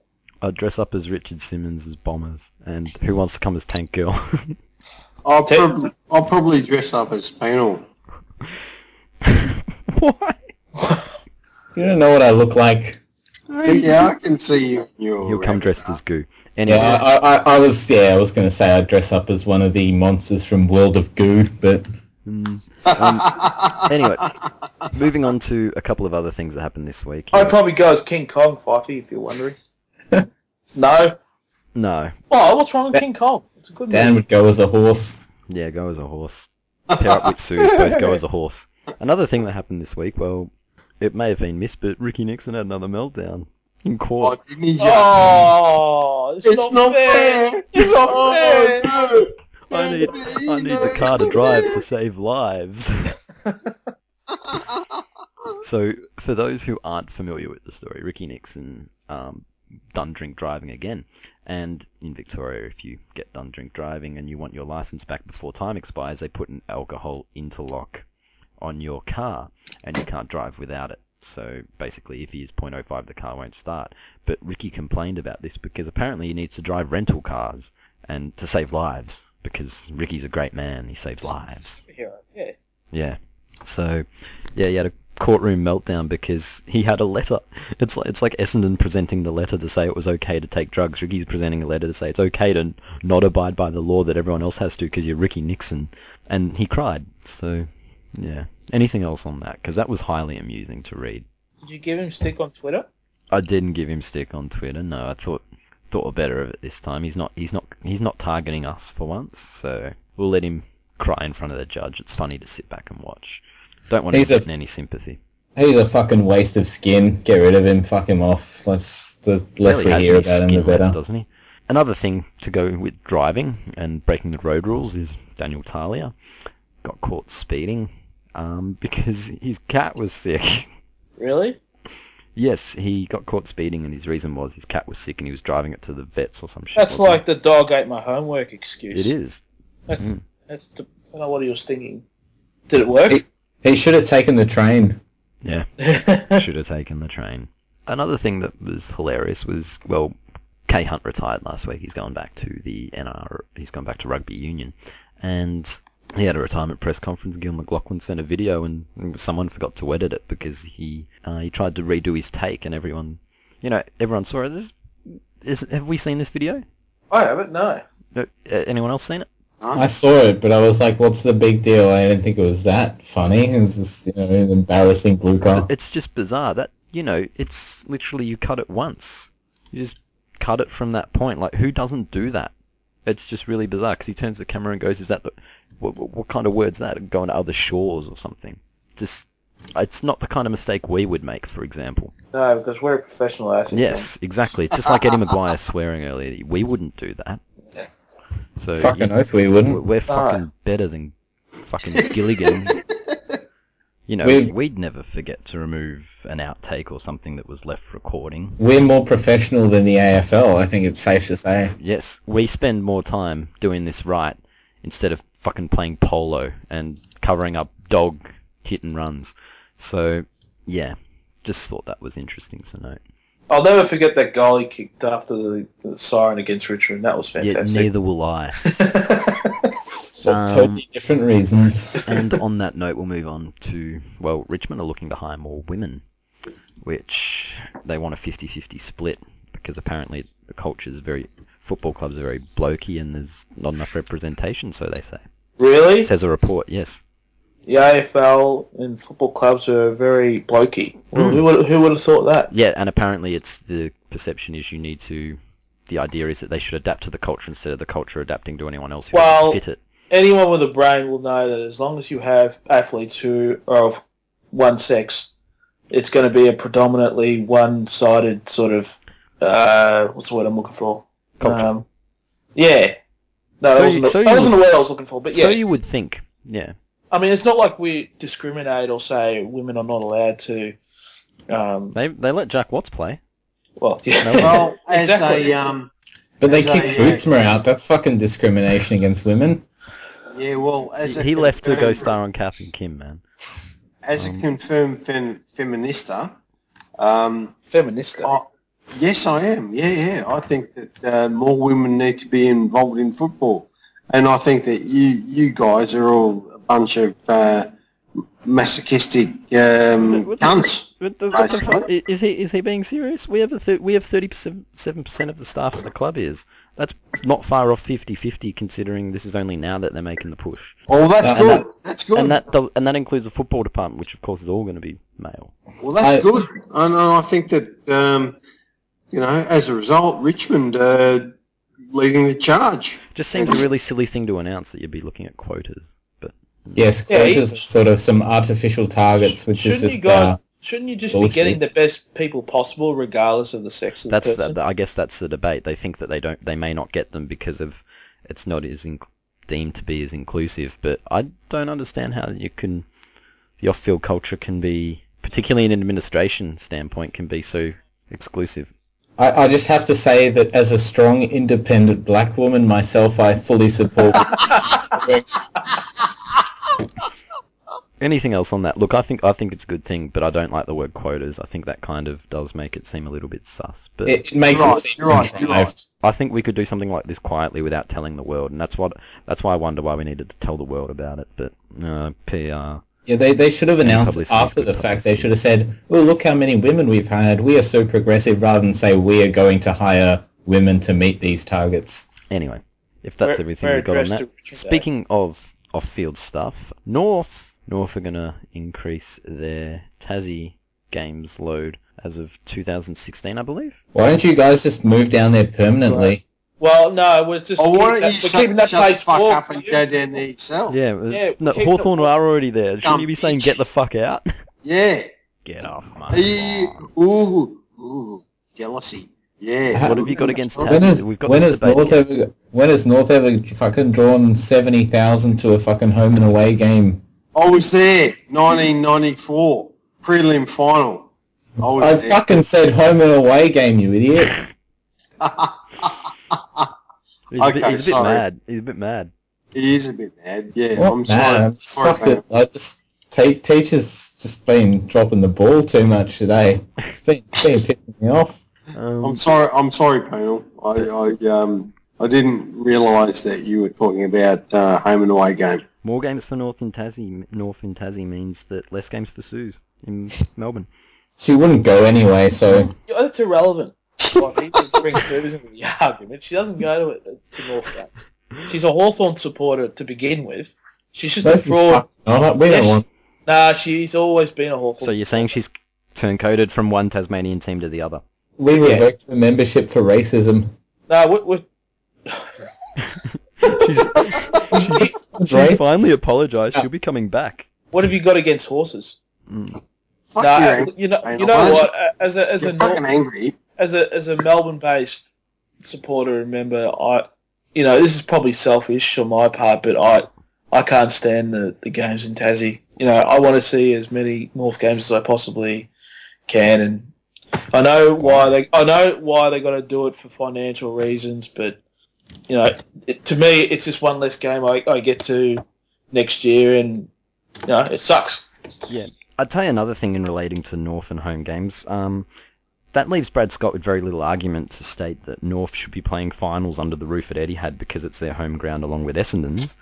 A: I'd dress up as Richard Simmons as bombers, and who wants to come as Tank Girl?
D: I'll
B: Take-
D: probably I'll probably dress up as Penal.
A: Why?
C: You don't know what I look like.
D: Yeah, I can see you.
A: He'll come dressed as Goo. Anyway,
C: Yeah, I, I, I was. Yeah, I was going to say I'd dress up as one of the monsters from World of Goo, but
A: um, anyway, moving on to a couple of other things that happened this week.
B: I'd probably go as King Kong, Fifey, if you're wondering. no,
A: No.
B: Oh, what's wrong with King Kong? It's a good
C: Dan
B: name.
C: would go as a horse.
A: Yeah, go as a horse. Pair up with Sue's, both go as a horse. Another thing that happened this week, well, it may have been missed, but Ricky Nixon had another meltdown in
D: Oh,
A: court.
D: didn't he just?
B: Oh, it's,
D: it's not fair.
B: It's not
D: Oh,
B: fair.
D: no.
A: I need, I need the car to drive to save lives. so, for those who aren't familiar with the story, Ricky Nixon um, done drink driving again. And in Victoria, if you get done drink driving and you want your license back before time expires, they put an alcohol interlock on your car and you can't drive without it. So basically, if he is 0.05, the car won't start. But Ricky complained about this because apparently he needs to drive rental cars and to save lives because Ricky's a great man. He saves lives.
D: oh.
B: Hero, Yeah.
A: Yeah. So, yeah, he had a courtroom meltdown because he had a letter. It's like, it's like Essendon presenting the letter to say it was okay to take drugs. Ricky's presenting a letter to say it's okay to not abide by the law that everyone else has to because you're Ricky Nixon. And he cried. So, yeah. Anything else on that? Because that was highly amusing to read.
B: Did you give him stick on Twitter?
A: I didn't give him stick on Twitter. No, I thought thought better of it this time. He's not he's not he's not targeting us for once. So we'll let him cry in front of the judge. It's funny to sit back and watch. Don't want
C: He's a-
A: him getting any sympathy.
C: He's a fucking waste of skin. Get rid of him. Fuck him off. Let's the
A: Really
C: less we
A: has
C: hear
A: any
C: about him, the
A: skin left,
C: better.
A: doesn't he? Another thing to go with driving and breaking the road rules is Daniel Talia got caught speeding um, because his cat was sick.
B: Really?
A: yes, he got caught speeding, and his reason was his cat was sick, and he was driving it to the vets or some shit.
B: That's
A: wasn't
B: like the dog ate my homework excuse.
A: it? it is. Mm.
B: That's that's. The, I don't know what he was thinking. Did it work?
C: He should have taken the train.
A: should have taken the train. Another thing that was hilarious was well, K Hunt retired last week. He's gone back to the NR. He's gone back to rugby union, and he had a retirement press conference. Gil McLaughlin sent a video, and someone forgot to edit it because he uh, he tried to redo his take, and everyone, you know, everyone saw it. This, is, have we seen this video?
B: I haven't. No.
A: No, uh, anyone else seen it?
C: I saw it, but I was like, "What's the big deal?" I didn't think it was that funny. It was just you know an embarrassing blooper.
A: It's just bizarre that you know it's literally you cut it once. You just cut it from that point. Like who doesn't do that? It's just really bizarre because he turns the camera and goes, "Is that the, what, what, what kind of words that going to other shores or something?" Just it's not the kind of mistake we would make, for example.
B: No, because we're a professional athlete.
A: Yes, exactly. It's just like Eddie Maguire swearing earlier. We wouldn't do that.
B: Yeah.
A: So
C: Fucking
A: uh, you-
C: oath, we
A: we're,
C: wouldn't.
A: we're fucking better than fucking Gilligan. You know,
C: We've-
A: we'd never forget to remove an outtake or something that was left recording.
C: We're more professional than the AFL. I think it's safe to say.
A: Yes, we spend more time doing this right instead of fucking playing polo and covering up dog hit and runs. So, yeah, just thought that was interesting to note.
B: I'll never forget that goal he kicked after the, the siren against Richmond. That was
A: Yeah,
B: fantastic.
A: neither will I.
C: For
A: Um,
C: totally different reasons.
A: and on that note, we'll move on to well, Richmond are looking to hire more women, which they want a 50-50 split because apparently the culture is very football clubs are very blokey and there's not enough representation, so they say.
B: really?
A: Says a report, yes.
B: The AFL and football clubs are very blokey. Well,
A: Mm.
B: who would who would have thought that?
A: Yeah, and apparently it's the perception is you need to. The idea is that they should adapt to the culture instead of the culture adapting to anyone else who
B: Well-
A: doesn't fit it.
B: Anyone with a brain will know that as long as you have athletes who are of one sex, it's going to be a predominantly one-sided sort of uh, what's the word I'm looking for?
A: Culture.
B: Um, yeah. No,
A: So
B: that
A: you-
B: wasn't, the-
A: so you
B: that wasn't the word I was looking for. But yeah,
A: So you would think, yeah,
B: I mean, it's not like we discriminate or say women are not allowed to. Um,
A: they they let Jack Watts play.
B: well, yeah,
D: Well, as
B: exactly.
D: a um,
C: But they
D: As I-
C: kick Bootsma out. That's fucking discrimination against women.
D: yeah, well, as
A: He,
D: a
A: he left to go
D: confirmed-
A: star on Kath and Kim, man.
D: as
A: um,
D: a confirmed fem- feminista. Um,
B: feminista.
A: Oh,
D: I, yes, I am. Yeah, yeah. I think that uh, more women need to be involved in football, and I think that you you guys are all a bunch of uh, masochistic um,
A: What the-
D: cunts.
A: What the, what the
D: Basically.
A: fuck? i- Is he is he being serious? We have a th- we have thirty seven percent of the staff at the club is. That's not far off 50-50 considering this is only now that they're making the push,
D: Oh, that's
C: And
D: good. that's good.
A: and that does and that includes the football department, which of course is all going to be male.
D: Well, that's
C: I-
D: good. And I think that, um, you know, as a result, Richmond, uh, leading the charge.
A: Just seems a really silly thing to announce that you'd be looking at quotas. But
C: Yes,
B: Yeah,
C: quotas
B: he-
C: are sort of some artificial targets, which is
B: shouldn't
C: just
B: you guys?
C: uh,
B: shouldn't you just
C: bullshit.
B: be getting the best people possible, regardless of the sex of the
A: that's
B: person?
A: the, I guess that's the debate. They think that they don't, they may not get them because of it's not as in, deemed to be as inclusive. But I don't understand how you can the off-field culture can be, particularly in an administration standpoint, can be so exclusive.
C: I, I just have to say that as a strong, independent black woman myself, I fully support.
A: Anything else on that? Look, I think I think it's a good thing, but I don't like the word quotas. I think that kind of does make it seem a little bit sus. But
C: it, it makes
D: You're
C: it
D: right,
C: seem
D: you're right, you're
C: contrived.
A: I think we could do something like this quietly without telling the world, and that's what that's why I wonder why we needed to tell the world about it. But uh, PR,
C: Yeah, they, they should have announced it
A: publicity is
C: after
A: good
C: the fact. They
A: publicity.
C: should have said, "Oh, look how many women we've hired. We are so progressive," rather than say we are going to hire women to meet these targets.
A: anyway, if that's
B: We're-
A: everything
B: we're
A: we got on
B: addressed
A: that.
B: to Richard
A: Speaking of off-field stuff, North North are gonna increase their Tassie games load as of 2016, I believe.
C: Why don't you guys just move down there permanently?
B: Well, no, we're just
D: Or
B: keep
D: why don't
B: that,
D: you
B: we're
D: shut,
B: keeping that
D: shut the
B: place
D: fuck
B: warm
D: up
B: for
D: and
B: you.
D: go down there yourself?
A: Yeah, uh,
B: Yeah,
A: no,
B: keep
A: Hawthorn
B: the-
A: are already there. Shouldn't you be saying
D: bitch.
A: get the fuck out?
D: Yeah.
A: get off,
D: Are
A: mate.
D: you- Ooh, ooh, jealousy. Yeah.
A: What have you got against
D: Oh,
A: Tassie?
C: When has
A: We've got
C: when
A: this
C: has
A: debate
C: North
A: again.
C: ever when has North ever fucking drawn seventy thousand to a fucking home and away game?
D: I was there, 1994, prelim final. I was
C: I
D: there.
C: fucking said home and away game, you idiot.
A: He's, a bit,
D: Okay,
A: he's a bit
D: sorry.
A: mad. He's a bit mad.
D: It is a bit mad. Yeah,
C: What
D: I'm
C: mad?
D: sorry.
C: I'm just
D: sorry
C: fucking-
D: mate.
C: I just te- teachers just been dropping the ball too much today. It's been, it's been pissing me off.
A: Um,
D: I'm sorry. I'm sorry, panel. I, I um I didn't realise that you were talking about uh, home and away game.
A: More games for North in Tassie. North in Tassie means that less games for Sues in Melbourne.
C: She wouldn't go anyway, so
B: Yeah, That's irrelevant. Like, he just brings Susan into the argument. She doesn't go to, uh, to North Games. She's a Hawthorn supporter to begin with. She's just
C: no,
B: a
C: she's
B: fraud.
C: fucking not. We
B: Yes.
C: don't want.
B: Nah, she's always been a Hawthorn.
A: So you're saying
B: supporter.
A: she's turn-coded from one Tasmanian team to the other?
C: We revoked the membership for racism.
B: Nah, we, we,
A: She's, she's, she's
C: Right?
A: finally apologised. She'll be coming back.
B: what have you got against horses?
A: Mm.
D: Fuck
B: nah,
D: you, Ang-
B: you know,
D: I
B: you
D: know.
B: know what? uh, As a as
D: You're
B: a North,
D: fucking angry.
B: as a as a Melbourne based supporter and member, I you know this is probably selfish on my part, but I I can't stand the, the games in Tassie. You know I want to see as many North games as I possibly can, and I know why they I know why they got to do it for financial reasons, but you know it, to me it's just one less game I, I get to next year, and you know it sucks.
A: I'd tell you another thing in relating to North and home games. Um, that leaves Brad Scott with very little argument to state that North should be playing finals under the roof at Etihad because it's their home ground along with Essendon's,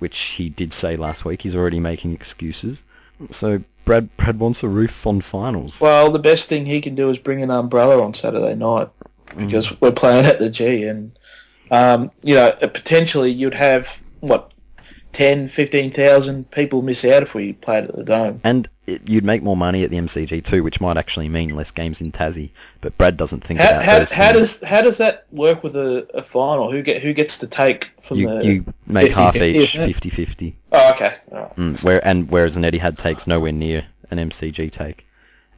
A: which he did say last week. He's already making excuses. So Brad Brad wants a roof on finals.
B: Well, the best thing he can do is bring an umbrella on Saturday night because
A: Mm.
B: we're playing at the G, and um, you know potentially you'd have what 10, 15,000 people miss out if we played at the Dome.
A: And it, you'd make more money at the MCG too, which might actually mean less games in Tassie. But Brad doesn't think
B: How,
A: about
B: how,
A: those
B: how
A: things.
B: does how does that work with a, a final? Who get who gets to take from
A: you,
B: the?
A: you make half
C: 50-50,
A: each,
C: isn't it?
A: 50-50.
B: Oh, okay. All right.
A: Mm, where and whereas an Etihad takes nowhere near an MCG take.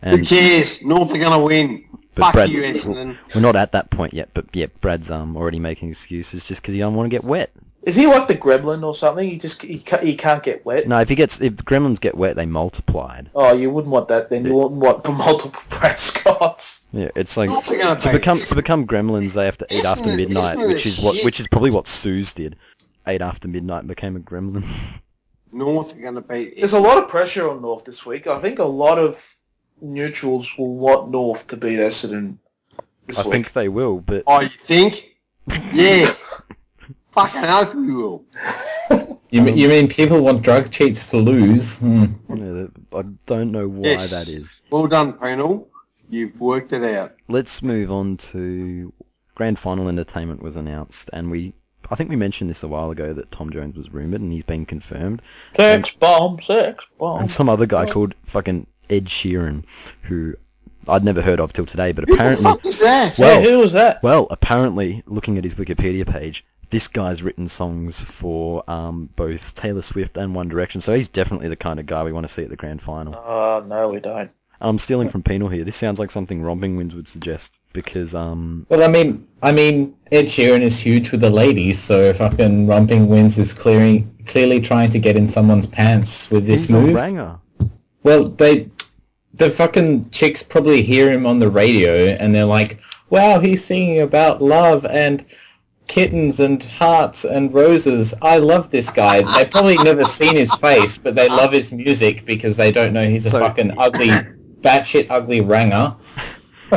D: Who
A: And
D: cares? North are gonna win.
A: But
D: Fuck
A: Brad-
D: you, Essendon.
A: We're not at that point yet, but yeah, Brad's um already making excuses just because he don't want to get wet.
B: Is he like the Gremlin or something? He just he, ca- he can't get wet.
A: No, if he gets if the Gremlins get wet, they multiplied.
B: Oh, you wouldn't want that then. You wouldn't want multiple Brad Scotts.
A: Yeah, it's like
D: North are gonna
A: to
D: take
A: become
D: it.
A: to become Gremlins, they have to eat
D: Isn't
A: after
D: it-
A: midnight,
D: isn't it
A: which is what
D: shit?
A: which is probably what Suze did. Ate after midnight, and became a Gremlin.
D: North are gonna beat.
B: There's a lot of pressure on North this week. I think a lot of neutrals will want North to beat Essendon this
A: I
B: week.
A: think they will, but
D: Oh, you think? Yeah. fucking oath we will.
C: You, m you mean people want drug cheats to lose? Hmm.
A: you know, I don't know why
D: Yes.
A: that is.
D: Well done, panel. You've worked it out.
A: let's move on to grand final entertainment was announced and we I think we mentioned this a while ago that Tom Jones was rumored and he's been confirmed
B: Sex bomb, sex bomb.
A: and some other guy called fucking Ed Sheeran who I'd never heard of till today, but
D: Who the
A: apparently,
D: fuck is that?
A: Well-
B: yeah, who was that?
A: well, apparently, looking at his Wikipedia page, this guy's written songs for um, both Taylor Swift and One Direction, so he's definitely the kind of guy we want to see at the grand final.
B: Oh, no, we don't.
A: I'm stealing from Penal here. This sounds like something Romping Winds would suggest because um,
C: Well, I mean, I mean, Ed Sheeran is huge with the ladies, so fucking Romping Wins is clearing, clearly trying to get in someone's pants with this
A: he's a
C: move.
A: ranger.
C: Well, they, the fucking chicks probably hear him on the radio, and they're like, "Wow, he's singing about love and kittens and hearts and roses. I love this guy." They probably never seen his face, but they love his music because they don't know he's a
A: So-
C: fucking ugly, batshit ugly ranger.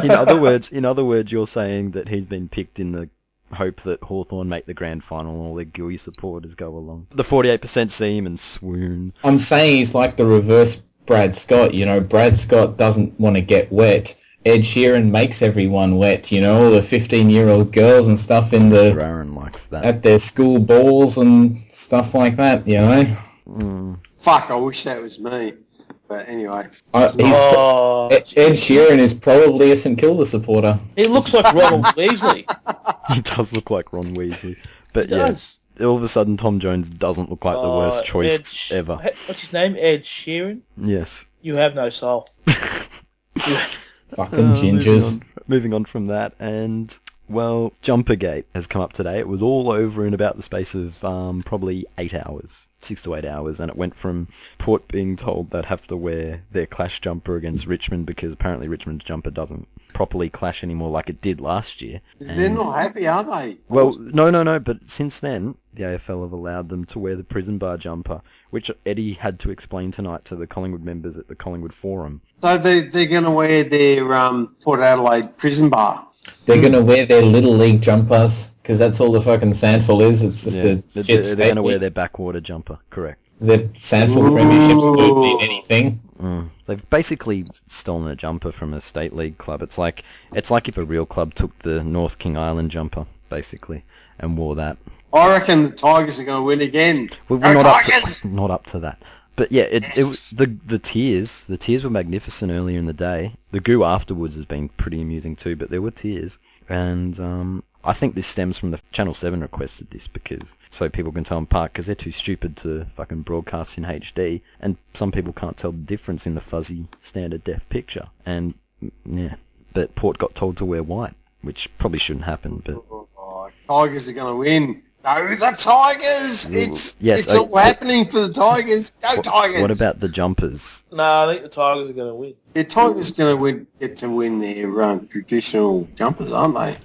A: In other words, in other words, you're saying that he's been picked in the hope that Hawthorn make the grand final and all their gooey supporters go along. The 48% see him and swoon.
C: I'm saying he's like the reverse Brad Scott. You know, Brad Scott doesn't want to get wet. Ed Sheeran makes everyone wet. You know, all the 15 year old girls and stuff in
A: Mr.
C: the
A: Aaron likes that.
C: at their school balls and stuff like that. You know,
A: Mm.
D: Fuck, I wish that was me. But anyway.
C: I, he's,
B: Oh,
C: Ed, Ed
A: E-
C: Sheeran is probably a St Kilda supporter.
B: he looks like Ronald Weasley.
A: He does look like Ron Weasley. But
B: He
A: yeah,
B: does.
A: all of a sudden Tom Jones doesn't look like the
B: Oh,
A: worst choice
B: Ed Sh-
A: ever.
B: What's his name? Ed Sheeran.
A: Yes.
B: You have no soul.
C: Fucking
A: Uh,
C: gingers.
A: Moving on, moving on from that, and well, Jumpergate has come up today. It was all over in about the space of um, probably eight hours, six to eight hours, and it went from Port being told they'd have to wear their clash jumper against Richmond because apparently Richmond's jumper doesn't properly clash anymore like it did last year.
D: They're
A: And-
D: not happy, are they?
A: well, no, no, no. But since then, the AFL have allowed them to wear the prison bar jumper, which Eddie had to explain tonight to the Collingwood members at the Collingwood Forum.
D: So they, they're going to wear their um, Port Adelaide prison bar.
C: They're gonna wear their little league jumpers because that's all the fucking sandful is. It's just
A: Yeah,
C: a
A: they're,
C: shit
A: they're going to
C: state.
A: wear their backwater jumper, correct?
C: The sandful premierships don't mean
D: Ooh.
C: anything.
A: Mm. They've basically stolen a jumper from a state league club. It's like it's like if a real club took the North King Island jumper, basically, and wore that.
D: I reckon the Tigers are going to win again.
A: We- We're
D: Go
A: not up
D: Tigers!
A: to not up to that. But yeah, it,
D: Yes.
A: it the the tears the tears were magnificent earlier in the day. The goo afterwards has been pretty amusing too, but there were tears, and um, I think this stems from the Channel Seven requested this because so people can tell them apart because they're too stupid to fucking broadcast in HD, and some people can't tell the difference in the fuzzy standard def picture. And mm, yeah, but Port got told to wear white, which probably shouldn't happen, but
D: Oh, Tigers are going to win. Go the Tigers! It's
A: Yes,
D: it's
A: I-
D: all happening for the Tigers. Go Tigers!
A: what about the jumpers?
B: No, I think the Tigers are going to win.
D: the Tigers? Going to win, get to win their um, traditional jumpers, aren't they?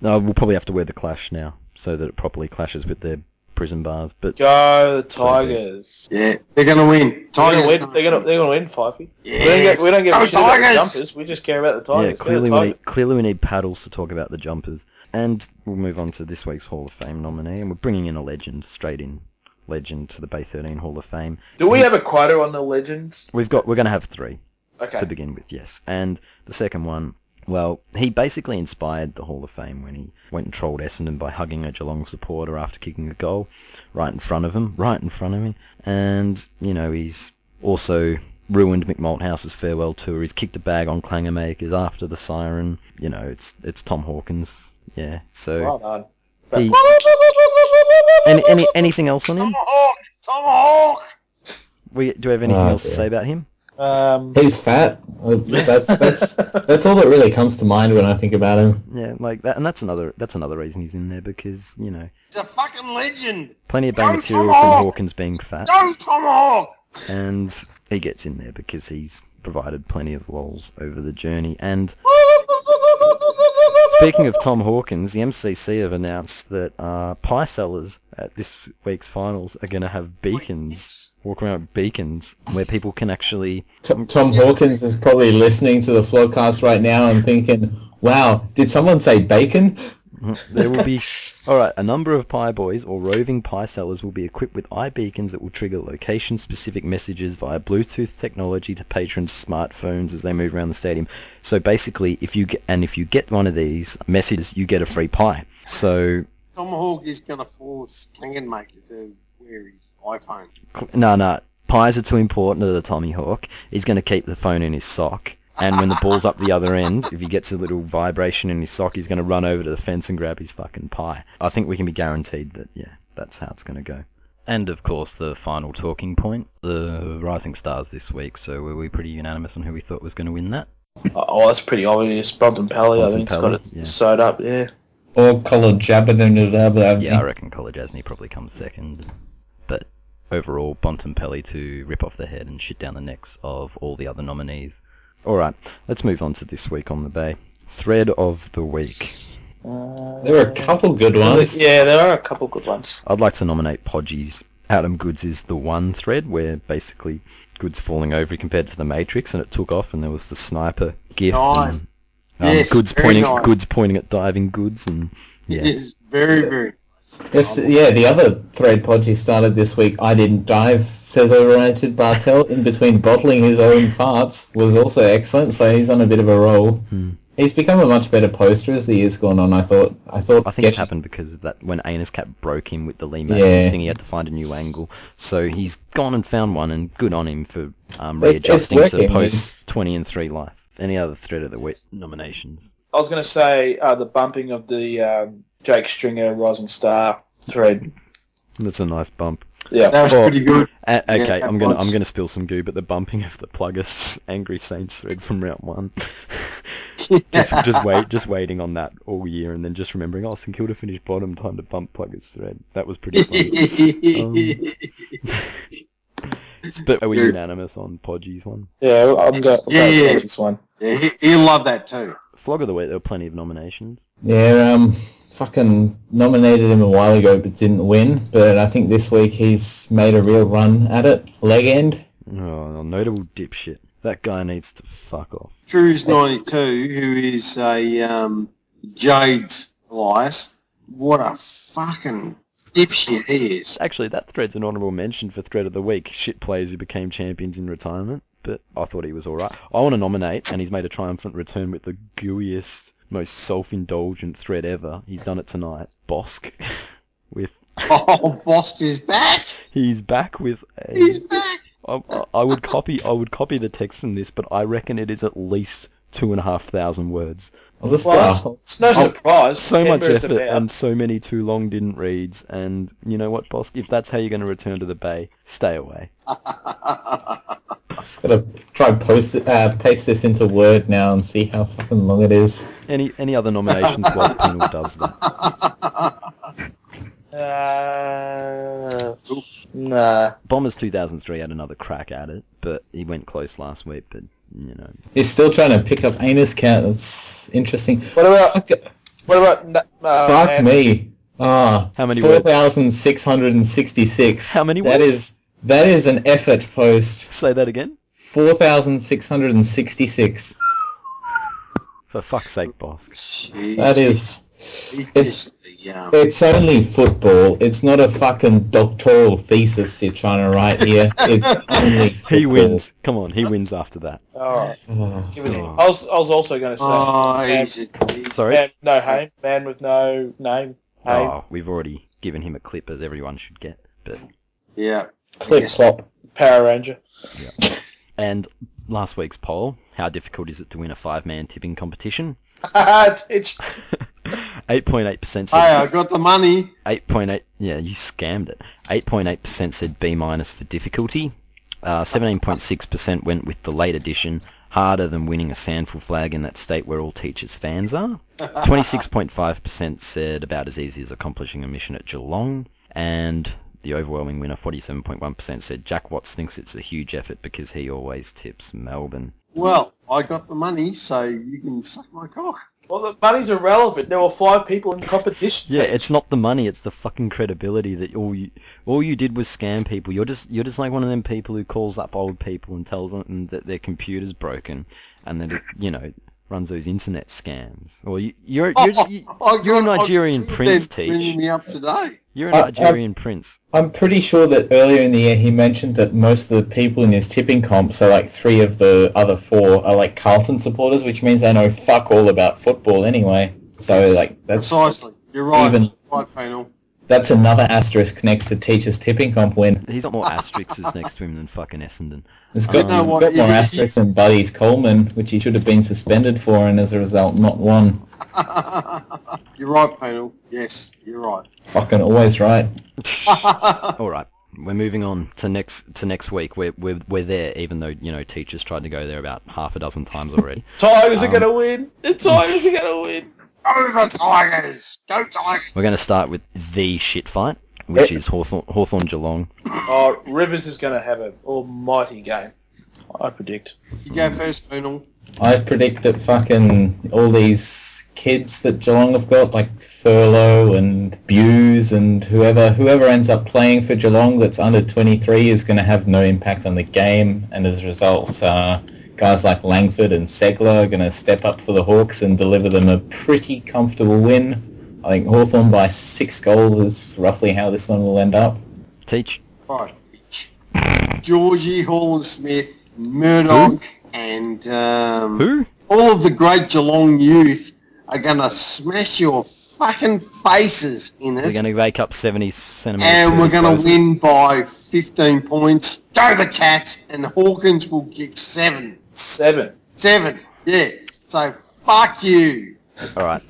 A: No, we'll probably have to wear the clash now so that it properly clashes with their prison bars. But
B: Go the
A: So good.
B: Tigers.
D: Yeah, they're going to win.
B: They're going
D: Tigers.
B: to win. They're going to they're going to win, Fifey. We don't
D: Yes.
B: get we don't give
D: Go
B: a shit about the
D: Tigers!
B: jumpers. We just care about the Tigers.
A: yeah, clearly
B: They're
A: we
B: the
A: need,
B: Tigers.
A: clearly we need paddles to talk about the jumpers, and we'll move on to this week's Hall of Fame nominee, and we're bringing in a legend straight in, legend to the Bay 13 Hall of Fame.
B: Do we have a quota on the legends?
A: We've got we're going to have three
B: Okay.
A: to begin with, yes, and the second one. Well, he basically inspired the Hall of Fame when he went and trolled Essendon by hugging a Geelong supporter after kicking a goal right in front of him, right in front of him. And, you know, he's also ruined McMalthouse's farewell tour. He's kicked a bag on Clangermakers after the siren. You know, it's it's Tom Hawkins. Yeah. So
B: Well done.
A: he, any, any anything else on him?
D: Tomahawk! Tomahawk!
A: We do we have anything
C: Oh,
A: else to
C: dear.
A: say about him?
B: Um,
C: He's fat. Uh, That's, that's, that's all that really comes to mind when I think about him.
A: Yeah, like that and that's another that's another reason he's in there because, you know,
D: It's a fucking legend!
A: plenty of bang
D: Go
A: material
D: Tom
A: from
D: Hawk!
A: Hawkins being fat.
D: Go Tomahawk!
A: and he gets in there because he's provided plenty of lols over the journey. And speaking of Tom Hawkins, the MCC have announced that uh, pie sellers at this week's finals are going to have beacons, walk around with beacons, where people can actually.
C: T- Tom Hawkins is probably listening to the podcast right now and thinking, wow, did someone say bacon?
A: There will be. All right, a number of pie boys or roving pie sellers will be equipped with eye beacons that will trigger location-specific messages via Bluetooth technology to patrons' smartphones as they move around the stadium. So basically, if you get, and if you get one of these messages, you get a free pie. So
D: Tomahawk is going to force Klingenmaker to wear his iPhone.
A: cl- no, no, pies are too important to the Tommy Hawk. He's going to keep the phone in his sock. And when the ball's up the other end, if he gets a little vibration in his sock, he's going to run over to the fence and grab his fucking pie. I think we can be guaranteed that, yeah, that's how it's going to go. And of course, the final talking point the Rising Stars this week. So were we pretty unanimous on who we thought was going to win that?
B: Oh, that's pretty obvious. Bronton Pally, I
A: Brompton
B: think, has
A: Pally,
B: got it
A: yeah.
B: sewed up. Yeah.
C: Or Um, Collard Jabba
A: Yeah, I reckon College Asney probably comes second. But overall, Bontempelli to rip off the head and shit down the necks of all the other nominees. Alright, let's move on to this week on the Bay. Thread of the week.
C: There were a couple good ones.
B: Yeah, there are a couple good ones.
A: I'd like to nominate Podgy's Adam Goods is the one thread where basically Goods falling over compared to the Matrix and it took off and there was the sniper gif
D: Nice.
A: and um,
D: Yes,
A: Goods
D: very
A: pointing
D: nice.
A: Goods pointing at diving Goods and yeah.
D: It's very, very.
C: Yes, yeah, the other thread pod you started this week, I didn't dive, says overrated Bartel, in between bottling his own farts, was also excellent, so he's on a bit of a roll.
A: Hmm.
C: He's become a much better poster as the year's gone on, I thought. I thought
A: I think it's
C: getting-
A: happened because of that when Anus Cat broke him with the Lee
C: Yeah.
A: Matthews thing, he had to find a new angle. So he's gone and found one, and good on him for um,
C: It- it's
A: readjusting to
C: working.
A: post twenty and three life. Any other thread of the week nominations?
B: I was going to say uh, the bumping of the um, Jake Stringer Rising Star thread.
A: That's a nice bump.
B: Yeah.
D: That was
A: Oh.
D: pretty
C: Um,
D: good.
A: A- okay,
D: that
A: I'm gonna I'm
D: was-
A: gonna spill some goo, but the bumping of the Plugger's Angry Saints thread from round one, just just wait, just waiting on that all year, and then just remembering, oh, St Kilda finished bottom, time to bump Plugger's thread. That was pretty funny. but are we
D: Yeah.
A: unanimous on Podgy's one?
B: Yeah, I'm going
D: Yeah, yeah, yeah.
B: to this one.
D: yeah, he, he'll love that too.
A: Flog of the Week, there were plenty of nominations.
C: Yeah, um, fucking nominated him a while ago but didn't win, but I think this week he's made a real run at it. Leg end.
A: Oh, notable dipshit. That guy needs to fuck off.
D: Drew's 92, who is a um, Jade's Elias. What a fucking dipshit he is.
A: Actually, that thread's an honourable mention for thread of the week. Shit players who became champions in retirement, but I thought he was alright. I want to nominate, and he's made a triumphant return with the gooiest, most self-indulgent thread ever. He's done it tonight. Bosk. with
D: Oh, Bosk is back.
A: he's back with a.
D: He's back.
A: I, I- I would copy. I would copy the text from this, but I reckon it is at least two and a half thousand words.
C: Well, this
B: Well,
C: guy,
B: it's, it's no surprise.
A: Oh, so much
B: September is
A: effort
B: about-
A: and so many too long didn't reads. And you know what, boss? If that's how you're going to return to the bay, stay away.
C: just gotta try and post it, uh, paste this into Word now and see how fucking long it is.
A: Any any other nominations whilst Pinal does that?
B: Uh, nah.
A: Bombers 2003 had another crack at it, but he went close last week. But you know,
C: He's still trying to pick up anus cat. That's interesting.
B: What about what about uh,
C: Fuck
B: Ant-
C: me. Ah,
A: How many
C: Four
A: words?
C: thousand six hundred and sixty-six.
A: How many
C: That
A: words?
C: is that is an effort post.
A: say that again.
C: Four thousand six hundred and sixty-six.
A: For fuck's sake, Bosk.
D: Jeez,
C: That is.
D: he's
C: it's-
D: just a, um,
C: It's only football. It's not a fucking doctoral thesis you're trying to write here. It's only
A: He
C: football.
A: wins. Come on, he wins after that.
B: All right,
C: Oh,
B: give it. I was I was also
C: uh,
B: going to say
D: Oh, he's a, he's
A: Sorry.
B: man, no name, man with no name. Hey,
A: Oh, we've already given him a clip as everyone should get. But
D: yeah.
C: clip
D: Yes.
C: clop.
B: Power Ranger.
A: and last week's poll: How difficult is it to win a five-man tipping competition?
B: it's, it's
A: 8.8% said
D: Hey, I got the money.
A: Eight point eight. Yeah, you scammed it. Eight point eight percent said B minus for difficulty. Uh, Seventeen point six percent went with the late addition, harder than winning a sandful flag in that state where all teachers fans are. Twenty-six point five percent said about as easy as accomplishing a mission at Geelong, and the overwhelming winner, forty-seven point one percent, said Jack Watts thinks it's a huge effort because he always tips Melbourne.
D: Well, I got the money, so you can suck my cock.
B: well, the money's irrelevant. There were five people in the competition.
A: Yeah, it's not the money; it's the fucking credibility that all you all you did was scam people. You're just you're just like one of them people who calls up old people and tells them that their computer's broken, and then it, you know runs those internet scams. Or you, you're you're you-
D: I
A: you're a
D: got- I
A: Nigerian
D: see
A: prince,
D: them Bringing
A: Teach.
D: me up today.
A: You're a
C: I- I-
A: Nigerian prince.
C: I'm pretty sure that earlier in the year he mentioned that most of the people in his tipping comp, so like three of the other four, are like Carlton supporters, which means they know fuck all about football anyway. So like that's
D: Precisely. You're right.
C: Even-
D: Right, panel.
C: That's another asterisk next to teacher's tipping comp win.
A: He's got more asterisks next to him than fucking Essendon.
C: It's got,
D: You know what,
C: got
D: if
C: more
D: he-
C: asterisks than Buddy's Coleman, which he should have been suspended for, and as a result, not won.
D: you're right, panel. Yes, you're right.
C: Fucking always right.
A: All right, we're moving on to next to next week. We're we're we're there, even though you know teachers tried to go there about half a dozen times already.
B: Tigers
A: Um.
B: are going to win. The Tigers are going to win.
D: Go the Tigers! Go Tigers!
A: we're going to start with the shit fight, which is Hawthorn Hawthorn Geelong.
B: Oh, Rivers is going to have an almighty game. I predict.
D: You go first, panel.
C: I predict that fucking all these kids that Geelong have got, like Furlough and Buse and whoever whoever ends up playing for Geelong that's under 23 is going to have no impact on the game, and as a result, uh, guys like Langford and Segler are going to step up for the Hawks and deliver them a pretty comfortable win. I think Hawthorn by six goals is roughly how this one will end up.
A: Teach.
D: Right. Georgie Hall and Smith, Murdoch, and um,
A: Who?
D: all of the great Geelong youth are going to smash your fucking faces in
A: We're
D: it.
A: going to make up 70 centimetres.
D: and
A: to
D: we're going to
A: dispose.
D: win by 15 points. Go the Cats, and Hawkins will kick seven.
B: Seven.
D: Seven, yeah. So fuck you.
A: All right,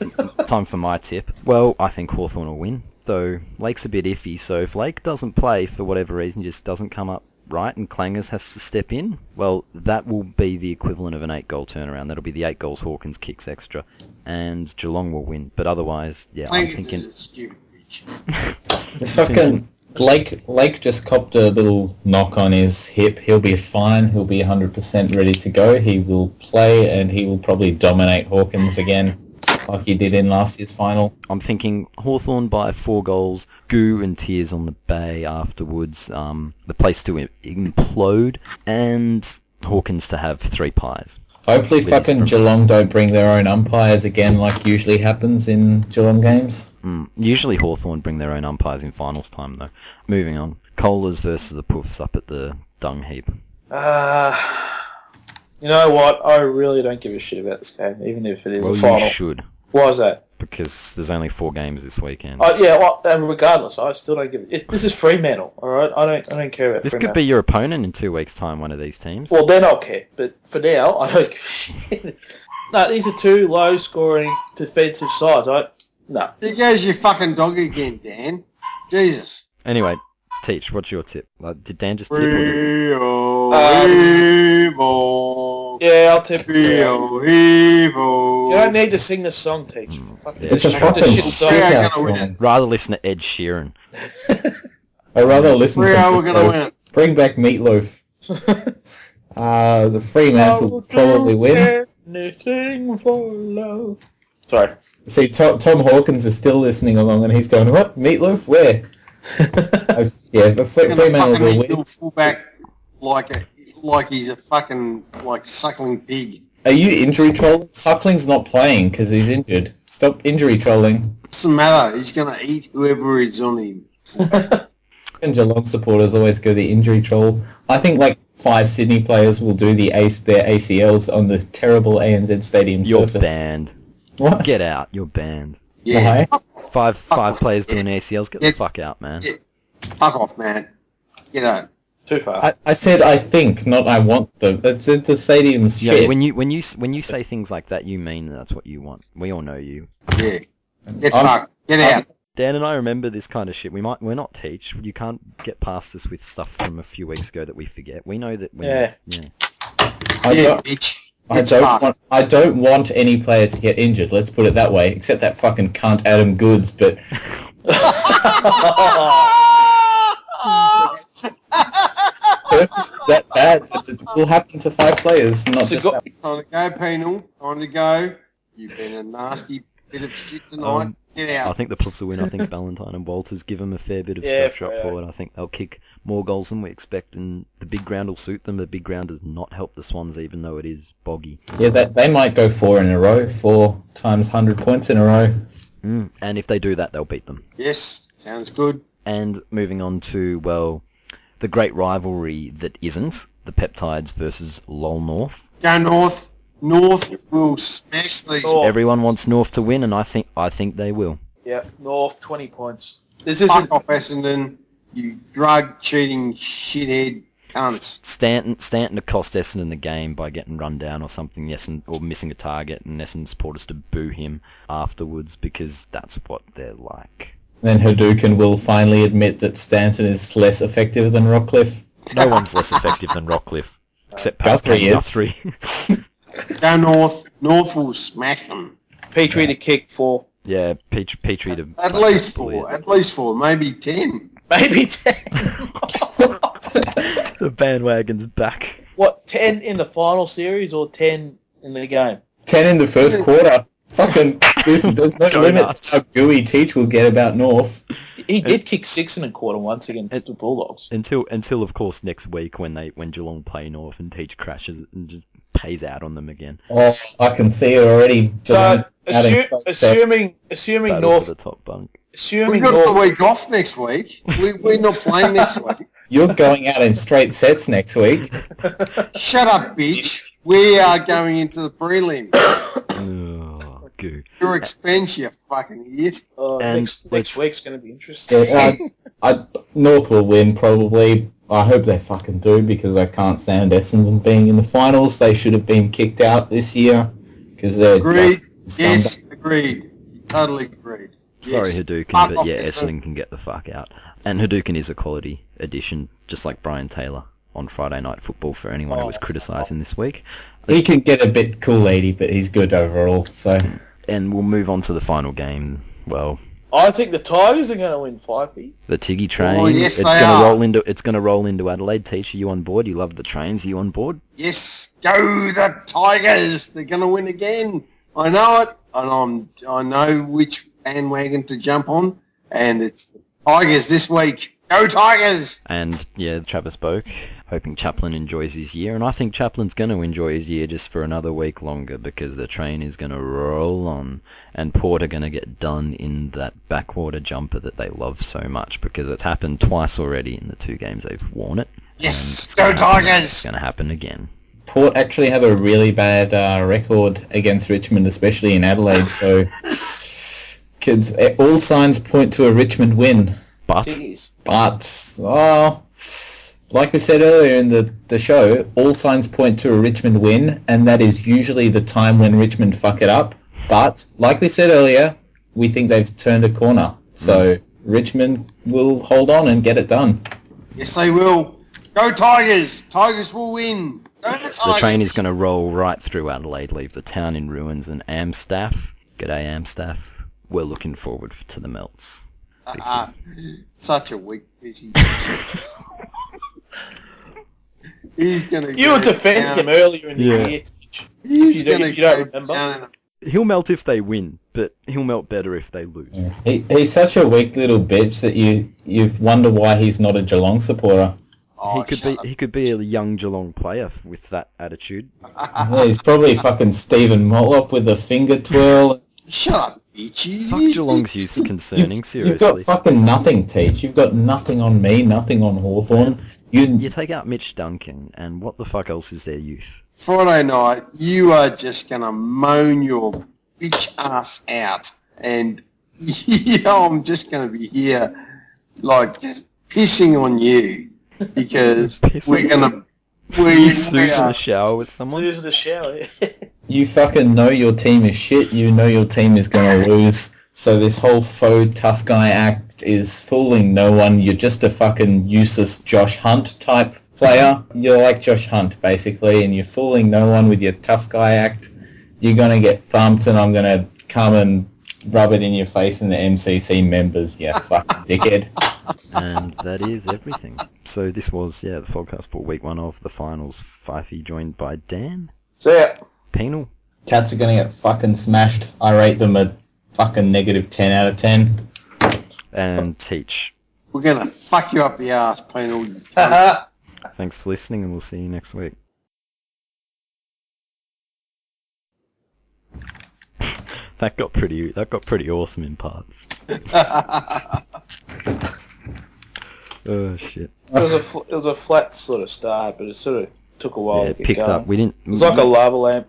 A: time for my tip. Well, I think Hawthorn will win, though Lake's a bit iffy, so if Lake doesn't play for whatever reason, just doesn't come up right and Clangers has to step in, well, that will be the equivalent of an eight-goal turnaround. That'll be the eight goals Hawkins kicks extra, and Geelong will win. But otherwise, yeah, I'm
D: Playing
A: thinking...
D: is stupid. bitch.
C: Fucking Lake Lake just copped a little knock on his hip. He'll be fine. He'll be 100% ready to go. He will play and he will probably dominate Hawkins again like he did in last year's final.
A: I'm thinking Hawthorn by four goals, goo and tears on the bay afterwards, um, the place to im- implode, and Hawkins to have three pies.
C: Hopefully
A: With his
C: fucking
A: prom-
C: Geelong don't bring their own umpires again like usually happens in Geelong games.
A: Mm. Usually Hawthorn bring their own umpires in finals time, though. Moving on. Colas versus the Poofs up at the dung heap.
B: Uh, you know what? I really don't give a shit about this game, even if it is
A: Well,
B: a
A: you
B: final.
A: should,
B: Why is that?
A: because there's only four games this weekend.
B: Oh, yeah, well, and regardless, I still don't give a... This is Fremantle, all right? I don't, I don't care about
A: this could
B: Fremantle.
A: be your opponent in two weeks' time, one of these teams.
B: Well, then I'll care. But for now, I don't give a shit. no, these are two low-scoring defensive sides. I no.
D: There goes your fucking dog again, Dan. Jesus.
A: Anyway, Teach, what's your tip? Like, did Dan just tip? or did-
D: Real
B: Um,
D: evil.
B: Yeah, I'll tip. You
D: Real evil.
B: don't need to sing this song, teach. Fuck
A: It's
B: this.
C: It's a
A: It's
B: That's
C: fucking
B: shit song.
D: shit.
C: shootout
D: gonna win
C: song.
A: Rather listen to Ed Sheeran.
C: I'd rather listen to
D: Real, we're going to
C: Meatloaf.
D: win it.
C: Bring back Meatloaf. uh, the Fremantle will
B: I'll
C: probably
B: do
C: win.
B: Anything for love. Sorry.
C: See, Tom, Tom Hawkins is still listening along, and he's going, "What meatloaf? Where?" Oh, yeah, but Fre-
D: We're going to
C: Fremantle
D: fucking
C: will
D: make
C: win.
D: your fullback like a, like he's a fucking like suckling pig.
C: Are you injury trolling? Suckling's not playing because he's injured. Stop injury trolling.
D: What's the matter? He's going to eat whoever is on him.
C: And Geelong supporters always go the injury troll. I think like five Sydney players will do the ace their ACLs on the terrible ANZ Stadium
A: You're
C: surface.
A: banned.
C: What?
A: Get out. You're banned.
D: Yeah.
C: Why?
A: Five five players doing ACLs. Get the
D: Yes.
A: fuck out, man.
D: Yeah. Fuck off, man. You know.
B: Too far.
C: I, I said I think, not I want them. It's at the stadium's
A: Yeah,
C: shit.
A: when you when you s- when you say things like that, you mean that's what you want. We all know you.
D: Yeah. Get
C: I'm-
D: fucked. Get out.
A: Dan and I remember this kind of shit. We might we're not teach. You can't get past us with stuff from a few weeks ago that we forget. We know that. When
B: Yeah.
A: yeah.
C: I
D: yeah,
C: don't-
D: bitch.
C: I
D: It's
C: don't
D: fucked.
C: want I don't want any player to get injured. Let's put it that way. Except that fucking cunt Adam Goods, but it's that bad. It will happen to five players, not
B: So
C: just
B: go-
C: that.
D: Time to go, Penal. Time to go. You've been a nasty bit of shit tonight.
A: Um,
D: Get
A: I
D: out.
A: think the Puffs will win. I think Valentine and Walters give them a fair bit of
B: Yeah,
A: strap shot
B: fair.
A: forward. I think they'll kick more goals than we expect, and the big ground will suit them. The big ground does not help the Swans, even though it is boggy.
C: Yeah, that they might go four in a row, four times hundred points in a row.
A: Mm. And if they do that, they'll beat them.
D: Yes, sounds good.
A: And moving on to, well, the great rivalry that isn't, the Peptides versus Lowell North.
D: Go north. North will smash these.
B: North.
A: Everyone wants North to win, and I think I think they will.
B: yeah, North, 20 points. This isn't
D: Fuck off, Essendon. You drug cheating shithead cunts.
A: Stanton Stanton to cost Essendon the game by getting run down or something, Essendon, or missing a target, and Essendon supporters to boo him afterwards because that's what they're like.
C: Then Hadouken will finally admit that Stanton is less effective than Rockcliffe.
A: No one's less effective than Rockcliffe, except Pascal
C: Guthrie is.
A: Guthrie.
D: Go north. North will smash them.
B: Petrie to kick for
A: yeah, Petrie, Petrie to
D: At least
A: Guthrie,
D: four.
A: yeah.
D: At least four. Maybe ten.
B: maybe ten.
A: the bandwagon's back.
B: what ten in the final series or ten in the game?
C: Ten in the first quarter. Fucking, there's, there's no
A: Go nuts.
C: limits how gooey Teach will get about North.
B: He did kick six and a quarter once against
A: It-
B: the Bulldogs.
A: Until until of course next week when they when Geelong play North and Teach crashes and just pays out on them again.
C: Oh, I can see it already.
B: So
C: Adding
B: assu-
C: space there.
B: assuming assuming
A: Battle
B: North
A: for the top bunk.
D: We've
B: assuming
D: got the
B: North
D: week off next week. We, we're not playing next week.
C: You're going out in straight sets next week.
D: Shut up, bitch. We are going into the prelims. Oh,
A: Ugh, goo.
D: Your expense, you fucking idiot.
B: uh,
A: And
B: next, next
A: let's-
B: week's going to be interesting.
C: Yeah, I, I, North will win probably. I hope they fucking do because I can't stand Essendon being in the finals. They should have been kicked out this year because they're
D: Agreed.
C: just scum-
D: Yes, agreed. Totally agreed. Yes.
A: Sorry Hadouken,
D: Fuck
A: but
D: off,
A: yeah,
D: Essendon.
A: Essendon can get the fuck out. And Hadouken is a quality addition, just like Brian Taylor on Friday Night Football for
D: Oh,
A: anyone who was criticising this week.
C: He can get a bit cool, lady, but he's good overall. So
A: And we'll move on to the final game. Well,
C: uh,
B: I think the Tigers are going to win five p.
A: the Tiggy train.
D: Oh, yes,
A: it's
D: they
A: gonna
D: are.
A: roll into it's gonna roll into Adelaide. Teach, are you on board? You love the trains, are you on board?
D: Yes, go the Tigers. They're going to win again. I know it, and I'm I know which bandwagon to jump on, and it's the Tigers this week. Go Tigers!
A: And yeah, Travis spoke, hoping Chaplin enjoys his year, and I think Chaplin's going to enjoy his year just for another week longer because the train is going to roll on, and Port are going to get done in that backwater jumper that they love so much because it's happened twice already in the two games they've worn it. and
D: Yes,
A: it's
D: go
A: gonna happen- It's
D: Tigers!
A: going to happen again.
C: Port actually have a really bad uh, record against Richmond, especially in Adelaide. So kids, eh, all signs point to a Richmond win.
A: But
B: Jeez.
C: But oh, like we said earlier in the, the show, all signs point to a Richmond win, and that is usually the time when Richmond fuck it up. But like we said earlier, we think they've turned a corner. So Richmond will hold on and get it done.
D: Yes, they will. Go Tigers! Tigers will win. Go the Tigers!
A: the train is going to roll right through Adelaide, leave the town in ruins, and Amstaff, g'day Amstaff, we're looking forward to the melts.
D: Ah, such a weak pity. He's gonna.
B: You were defending him earlier in the
A: Yeah.
B: year. Teach.
D: He's
B: If you don't-
D: gonna
B: if you don't
D: go
B: remember.
D: down in
A: He'll melt if they win, but he'll melt better if they
D: Mm.
A: lose.
C: He, he's such a weak little bitch that you you wonder why he's not a Geelong supporter.
D: a- Oh,
A: he could
D: shut
A: be he could be a young Geelong player f- with that attitude.
C: Yeah, he's probably fucking Stephen Motlop with a finger twirl.
D: up. Shut up, bitches.
A: Fuck Geelong's youth's concerning.
C: You've got
A: Seriously,
C: fucking nothing, Teach. You've got nothing on me, nothing on Hawthorn. You
A: you take out Mitch Duncan, and what the fuck else is their youth?
D: Friday night, you are just going to moan your bitch ass out. And you know, I'm just going to be here, like, just pissing on you. Because
A: Piss
D: we're
A: on
D: going to...
A: You
D: We,
A: suit
D: we
A: in the
D: are,
A: shower with someone.
B: Losing the shower.
C: You fucking know your team is shit. You know your team is going to lose. So this whole faux tough guy act is fooling no one. You're just a fucking useless Josh Hunt type player. You're like Josh Hunt, basically, and you're fooling no one with your tough guy act. You're going to get thumped, and I'm going to come and rub it in your face in the MCC members, you fucking dickhead.
A: and that is everything. So this was yeah the podcast for week one of the finals. Fifey joined by Dan
B: so yeah.
A: Penal.
C: Cats are going to get fucking smashed. I rate them a fucking negative 10 out of 10.
A: and Teach.
D: we're going to fuck you up the ass, penal. you cunt.
A: Thanks for listening, and we'll see you next week. that got pretty. That got pretty awesome in parts. oh shit!
B: It was a fl- it was a flat sort of start, but it sort of took a while
A: yeah,
B: to
A: it
B: get
A: picked
B: going.
A: up. We didn't.
B: It was like a lava lamp.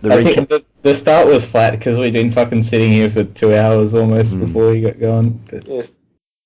A: the
C: I
A: reca-
C: think the, the start was flat because we've been fucking sitting here for two hours almost before we got going. But
B: Yes.